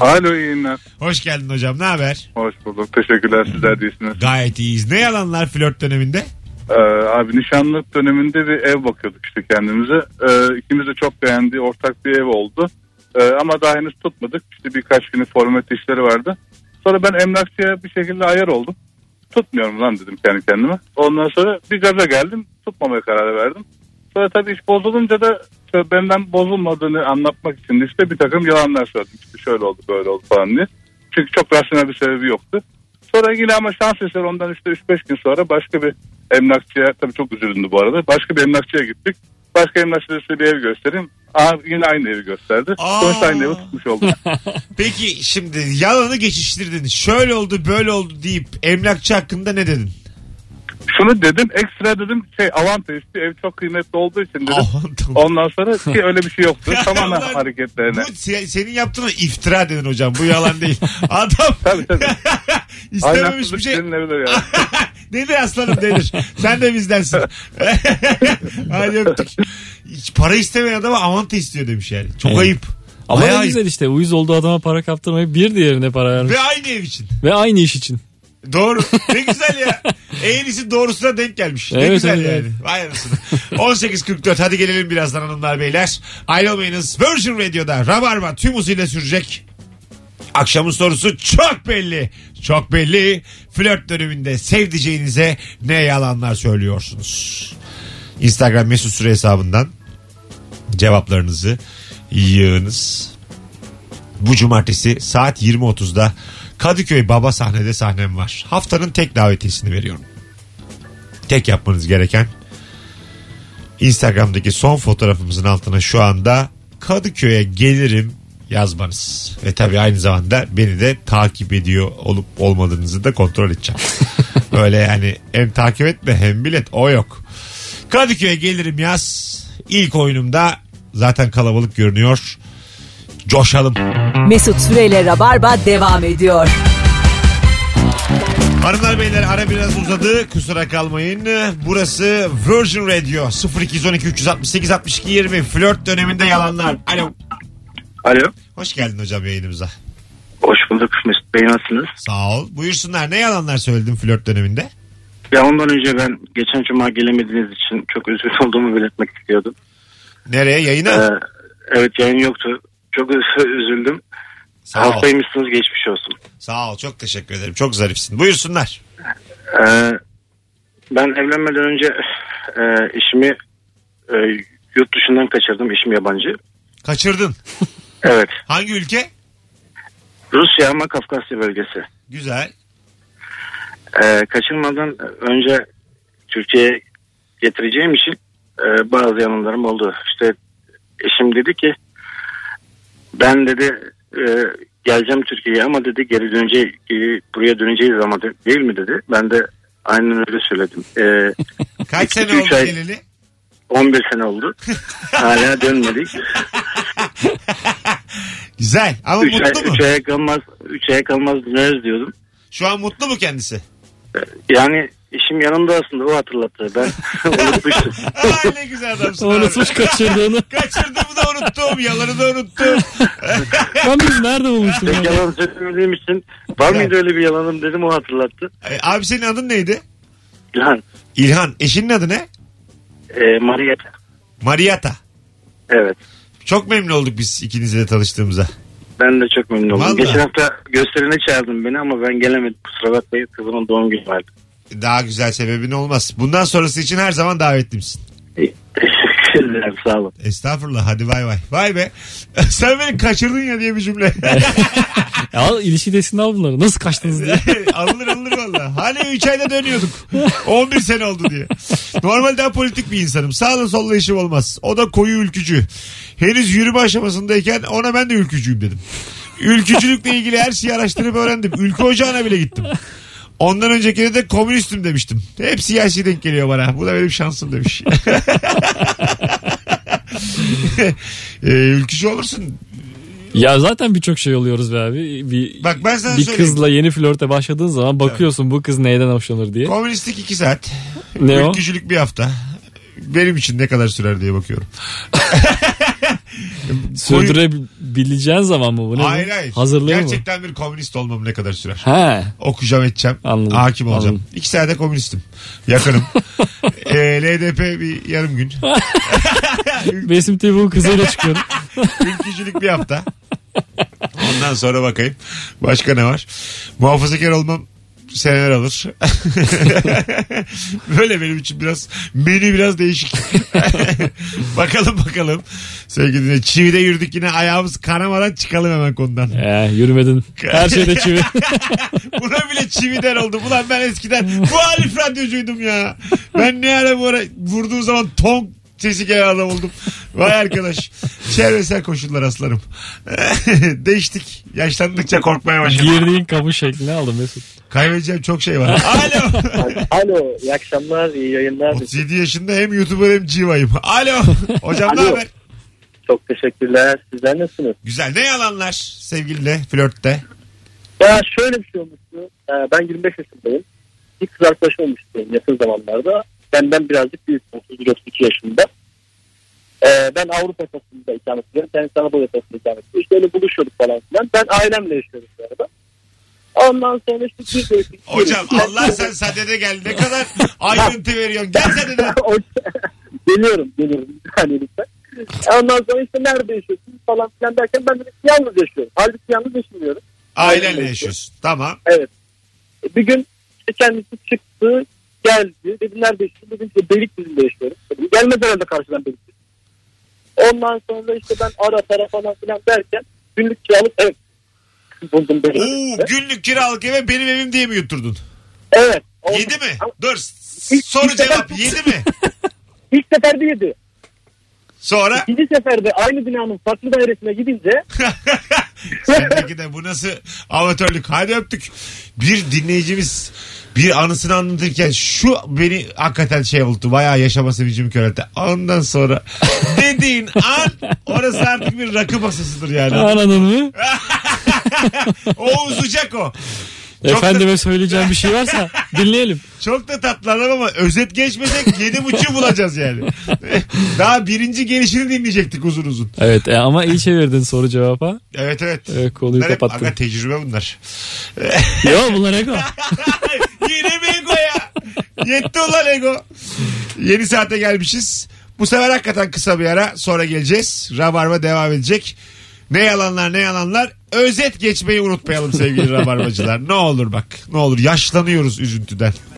[SPEAKER 9] Alo yayınlar.
[SPEAKER 2] Hoş geldin hocam ne haber?
[SPEAKER 9] Hoş bulduk. Teşekkürler sizler değilsiniz.
[SPEAKER 2] Gayet iyiyiz. Ne yalanlar flört döneminde?
[SPEAKER 9] Ee, abi nişanlık döneminde bir ev bakıyorduk işte kendimize. Ee, ikimiz de çok beğendiği ortak bir ev oldu. Ee, ama daha henüz tutmadık. İşte birkaç günü format işleri vardı. Sonra ben emlakçıya bir şekilde ayar oldum. Tutmuyorum lan dedim kendi kendime. Ondan sonra bir gaza geldim. Tutmamaya karar verdim. Sonra tabii iş bozulunca da işte benden bozulmadığını anlatmak için de işte bir takım yalanlar söyledim. İşte şöyle oldu böyle oldu falan diye. Çünkü çok rasyonel bir sebebi yoktu. Sonra yine ama şans eseri ondan işte 3-5 gün sonra başka bir emlakçıya tabii çok üzüldüm bu arada. Başka bir emlakçıya gittik. Başka emlakçıda size bir ev göstereyim. Aa, yine aynı evi gösterdi.
[SPEAKER 2] Aa.
[SPEAKER 9] Sonuçta aynı evi
[SPEAKER 2] [laughs]
[SPEAKER 9] tutmuş olduk.
[SPEAKER 2] Peki şimdi yalanı geçiştirdin. Şöyle oldu böyle oldu deyip emlakçı hakkında ne
[SPEAKER 3] [laughs]
[SPEAKER 2] dedin?
[SPEAKER 9] Şunu dedim ekstra dedim şey avantaj işte ev çok kıymetli olduğu için dedim.
[SPEAKER 2] Avantaj.
[SPEAKER 9] Ondan sonra ki öyle bir
[SPEAKER 2] [laughs]
[SPEAKER 9] şey yoktu. Tamamen
[SPEAKER 2] Ulan,
[SPEAKER 9] hareketlerine.
[SPEAKER 2] Bu se- senin yaptığına iftira dedin hocam. Bu yalan
[SPEAKER 9] [laughs]
[SPEAKER 2] değil. Adam [laughs]
[SPEAKER 9] Tabii tabii. Aynı
[SPEAKER 2] istememiş bir
[SPEAKER 9] haksızlık
[SPEAKER 2] şey.
[SPEAKER 9] denilebilir yani.
[SPEAKER 2] [laughs] Nedir aslanım nedir? Sen de bizdensin. [laughs] Hadi öptük. Hiç para istemeyen adama avanta istiyor demiş yani. Çok
[SPEAKER 3] Evet.
[SPEAKER 2] ayıp.
[SPEAKER 3] Ama
[SPEAKER 2] Bayağı
[SPEAKER 3] ne
[SPEAKER 2] ayıp.
[SPEAKER 3] güzel işte uyuz olduğu adama para kaptırmayıp bir diğerine para vermiş.
[SPEAKER 2] Ve aynı ev için.
[SPEAKER 3] Ve aynı iş için.
[SPEAKER 2] Doğru. Ne güzel ya. En iyisi doğrusuna denk gelmiş. Ne
[SPEAKER 3] Evet,
[SPEAKER 2] güzel
[SPEAKER 3] evet,
[SPEAKER 2] yani.
[SPEAKER 3] evet.
[SPEAKER 2] Vay anasını. 18.44 hadi gelelim birazdan hanımlar beyler. Ayrılmayınız. Virgin Radio'da Rabarba tüm hızıyla sürecek. Akşamın sorusu çok belli. Çok belli. Flört döneminde sevdiceğinize ne yalanlar söylüyorsunuz? Instagram mesut süre hesabından cevaplarınızı yığınız. Bu cumartesi saat 20.30'da Kadıköy Baba sahnede sahnem var. Haftanın tek davetiyesini veriyorum. Tek yapmanız gereken Instagram'daki son fotoğrafımızın altına şu anda Kadıköy'e gelirim yazmanız. Ve tabii aynı zamanda beni de takip ediyor olup olmadığınızı da kontrol edeceğim. Öyle yani hem takip etme hem bilet o yok. Kadıköy'e gelirim yaz. İlk oyunumda zaten kalabalık görünüyor. Coşalım.
[SPEAKER 1] Mesut Süreyle Rabarba devam ediyor.
[SPEAKER 2] Hanımlar beyler ara biraz uzadı kusura kalmayın. Burası Virgin Radio 0212 368 62 20 flört döneminde yalanlar. Alo.
[SPEAKER 4] Alo.
[SPEAKER 2] Hoş geldin hocam yayınımıza.
[SPEAKER 4] Hoş bulduk Mesut Bey nasılsınız?
[SPEAKER 2] Sağ ol. Buyursunlar ne yalanlar söyledin flört döneminde?
[SPEAKER 4] Ya ondan önce ben geçen cuma gelemediğiniz için çok üzgün [laughs] olduğumu belirtmek istiyordum.
[SPEAKER 2] Nereye yayına?
[SPEAKER 4] Ee, evet yayın yoktu. Çok [laughs] üz- üzüldüm.
[SPEAKER 2] Sağ ol.
[SPEAKER 4] Hastaymışsınız geçmiş olsun.
[SPEAKER 2] Sağ ol çok teşekkür ederim çok zarifsin. Buyursunlar.
[SPEAKER 4] Ee, ben evlenmeden önce e, işimi e, yurt dışından kaçırdım. İşim yabancı.
[SPEAKER 2] Kaçırdın.
[SPEAKER 4] Evet.
[SPEAKER 2] Hangi ülke?
[SPEAKER 4] Rusya ama Kafkasya bölgesi.
[SPEAKER 2] Güzel.
[SPEAKER 4] Ee, kaçırmadan önce Türkiye'ye getireceğim için e, bazı yanımlarım oldu. İşte eşim dedi ki ben dedi e, geleceğim Türkiye'ye ama dedi geri döneceği e, buraya döneceğiz ama de- değil mi dedi. Ben de aynen öyle söyledim.
[SPEAKER 2] [laughs]
[SPEAKER 4] E,
[SPEAKER 2] Kaç
[SPEAKER 4] İki,
[SPEAKER 2] sene
[SPEAKER 4] üç
[SPEAKER 2] oldu
[SPEAKER 4] ay.
[SPEAKER 2] geleli? [laughs]
[SPEAKER 4] 11 sene oldu. Hala dönmedik.
[SPEAKER 2] Güzel ama
[SPEAKER 9] Şey,
[SPEAKER 4] 3 ay,
[SPEAKER 2] mutlu mu?
[SPEAKER 4] üç aya kalmaz, üç aya kalmaz döneriz diyordum.
[SPEAKER 2] Şu an mutlu mu kendisi? [laughs]
[SPEAKER 4] Yani işim yanımda aslında o hatırlattı.
[SPEAKER 2] [laughs]
[SPEAKER 4] Ben unutmuştum.
[SPEAKER 2] Aa, ne güzel adamsın. abi.
[SPEAKER 3] Unutmuş kaçırdığını.
[SPEAKER 2] Kaçırdığımı da unuttum. Yalanı da unuttum.
[SPEAKER 3] Ben biz nerede bulmuştum?
[SPEAKER 4] Tek
[SPEAKER 3] ya?
[SPEAKER 4] yalan söylemediğim için var mıydı öyle bir yalanım dedim o hatırlattı.
[SPEAKER 2] E, abi senin adın neydi?
[SPEAKER 4] Lan
[SPEAKER 2] İlhan. Eşinin adı ne?
[SPEAKER 4] e, Marietta.
[SPEAKER 2] Mariata.
[SPEAKER 4] Evet.
[SPEAKER 2] Çok memnun olduk biz ikinizi de tanıştığımıza.
[SPEAKER 4] Ben de çok memnun oldum.
[SPEAKER 2] Vallahi.
[SPEAKER 4] Geçen hafta gösterine çağırdın beni ama ben gelemedim. Kusura bakmayın kızımın doğum günü vardı.
[SPEAKER 2] Daha güzel sebebin olmaz. Bundan sonrası için her zaman davetlimsin.
[SPEAKER 4] Teşekkür ederim sağ olun.
[SPEAKER 2] Estağfurullah hadi vay vay. Vay be. [laughs] Sen beni kaçırdın ya diye bir cümle.
[SPEAKER 3] Ya al ilişkidesini al bunları. Nasıl
[SPEAKER 2] [laughs]
[SPEAKER 3] kaçtınız diye.
[SPEAKER 2] alınır alınır valla. Hala 3 ayda dönüyorduk. 11 sene oldu diye. Normalde ben politik bir insanım. Sağla solla işim olmaz. O da koyu ülkücü. Henüz yürüme aşamasındayken ona ben de ülkücüyüm dedim. Ülkücülükle ilgili her şeyi araştırıp öğrendim. Ülke ocağına bile gittim. Ondan öncekine de komünistim demiştim. Hep siyasi denk geliyor bana. Bu da benim şansım demiş. [laughs] Ee, ülkücü olursun.
[SPEAKER 3] Ya zaten birçok şey oluyoruz be abi. Bir,
[SPEAKER 2] Bak ben sana
[SPEAKER 3] bir
[SPEAKER 2] söyleyeyim.
[SPEAKER 3] kızla yeni flörte başladığın zaman bakıyorsun bu kız neyden hoşlanır diye.
[SPEAKER 2] Komünistlik iki saat.
[SPEAKER 3] Ne o?
[SPEAKER 2] Ülkücülük bir hafta. Benim için ne kadar sürer diye bakıyorum.
[SPEAKER 3] Sürdürebileceğin zaman mı bu? Ne bu?
[SPEAKER 2] hayır hayır.
[SPEAKER 3] Hazırlığı mı?
[SPEAKER 2] Gerçekten bir komünist olmam ne kadar sürer?
[SPEAKER 3] He.
[SPEAKER 2] Okuyacağım edeceğim.
[SPEAKER 3] Anladım,
[SPEAKER 2] Hakim olacağım.
[SPEAKER 3] anladım.
[SPEAKER 2] İki sene de komünistim.
[SPEAKER 3] [laughs]
[SPEAKER 2] Yakınım. Ee, LDP bir yarım gün.
[SPEAKER 3] Besim TV
[SPEAKER 2] [laughs]
[SPEAKER 3] kızıyla çıkıyorum.
[SPEAKER 2] Ülkücülük bir hafta. Ondan sonra bakayım. Başka ne var? Muhafazakar olmam seneler alır. [laughs] Böyle benim için biraz menü biraz değişik. [laughs] bakalım bakalım. Sevgili dinleyiciler, çivide yürüdük yine ayağımız kanamadan çıkalım hemen konudan.
[SPEAKER 3] He, yürümedin. Her şeyde çivi.
[SPEAKER 2] [laughs] Buna bile çividen oldu. Ulan ben eskiden bu Alif radyocuydum ya. Ben ne ara bu ara vurduğum zaman ton sesi gelen adam oldum. Vay arkadaş. Çevresel koşullar aslarım. [laughs] Değiştik. Yaşlandıkça korkmaya başladım.
[SPEAKER 3] Girdiğin kamış şeklini aldım Mesut.
[SPEAKER 2] Kaybedeceğim çok şey var. Alo.
[SPEAKER 10] Alo iyi akşamlar iyi yayınlar.
[SPEAKER 2] 37 yaşında hem YouTuber hem civayım. Alo. Hocam ne
[SPEAKER 10] Alo.
[SPEAKER 2] haber?
[SPEAKER 10] Çok teşekkürler. Sizler nasılsınız?
[SPEAKER 2] Güzel. Ne yalanlar sevgilinle, flörtte?
[SPEAKER 10] Ya şöyle bir şey olmuştu. Ee, Ben 25 yaşındayım. Bir kız arkadaşı olmuştu benim yakın zamanlarda. Benden birazcık büyük. 31-32 yaşında. Ee, ben Avrupa yakasında ikamet ediyorum. Kendisi Anadolu yakasında ikamet ediyor. İşte öyle buluşuyorduk falan filan. Ben ailemle yaşıyorum bu arada. Ondan sonra işte bir görüştük.
[SPEAKER 2] Hocam Allah sen sadede gel. Ne kadar ayrıntı veriyorsun. Gel sadede.
[SPEAKER 10] O- geliyorum geliyorum bir saniye lütfen. Ondan sonra işte nerede yaşıyorsunuz falan filan derken ben dedim ki yalnız yaşıyorum. Halbuki yalnız yaşamıyorum.
[SPEAKER 2] Ailenle yaşıyorsun. Tamam.
[SPEAKER 4] E, Bir gün işte kendisi çıktı geldi. Dedim nerede yaşıyorsun? Dedim ki Beylikdüzü'nde yaşıyorum. Dedim, gelmez herhalde karşıdan Beylikdüzü. Ondan sonra işte ben ara para falan filan derken günlük kiralık ev buldum
[SPEAKER 2] Oo,
[SPEAKER 4] Beylikdüzü'nde.
[SPEAKER 2] [laughs] günlük kiralık eve benim evim diye mi yutturdun?
[SPEAKER 4] Evet. Ondan-
[SPEAKER 2] Yedi mi? Dur.
[SPEAKER 4] İlk-
[SPEAKER 2] Soru
[SPEAKER 4] ilk defa-
[SPEAKER 2] cevap yedi mi?
[SPEAKER 4] İlk seferde yedi.
[SPEAKER 2] Sonra?
[SPEAKER 4] İkinci seferde aynı binanın farklı dairesine gidince
[SPEAKER 2] [laughs] Sendeki de bu nasıl amatörlük. Hadi öptük. Bir dinleyicimiz bir anısını anlatırken şu beni hakikaten şey oldu. Bayağı yaşama sevincimi köreltti. Ondan sonra dediğin an orası artık bir rakı masasıdır yani.
[SPEAKER 3] Anladın mı?
[SPEAKER 2] O uzayacak o. Çok da-
[SPEAKER 3] Efendime söyleyeceğim bir şey
[SPEAKER 2] [laughs]
[SPEAKER 3] varsa dinleyelim.
[SPEAKER 2] Çok da tatlı adam ama özet geçmesek yedi buçuğu bulacağız yani. Daha birinci gelişini dinleyecektik uzun uzun.
[SPEAKER 3] Evet e, ama iyi çevirdin soru cevapa.
[SPEAKER 2] Evet evet.
[SPEAKER 3] Evet, konuyu
[SPEAKER 2] Bunlar hep
[SPEAKER 3] kapattın.
[SPEAKER 2] aga tecrübe [laughs] bunlar.
[SPEAKER 3] Yo bunlar ego.
[SPEAKER 2] Yine mi ego ya? Yetti ulan ego. Yeni saate gelmişiz. Bu sefer hakikaten kısa bir ara sonra geleceğiz. Rabarba devam edecek. Ne yalanlar ne yalanlar. Özet geçmeyi unutmayalım sevgili rabarbacılar. Ne olur bak ne olur yaşlanıyoruz üzüntüden.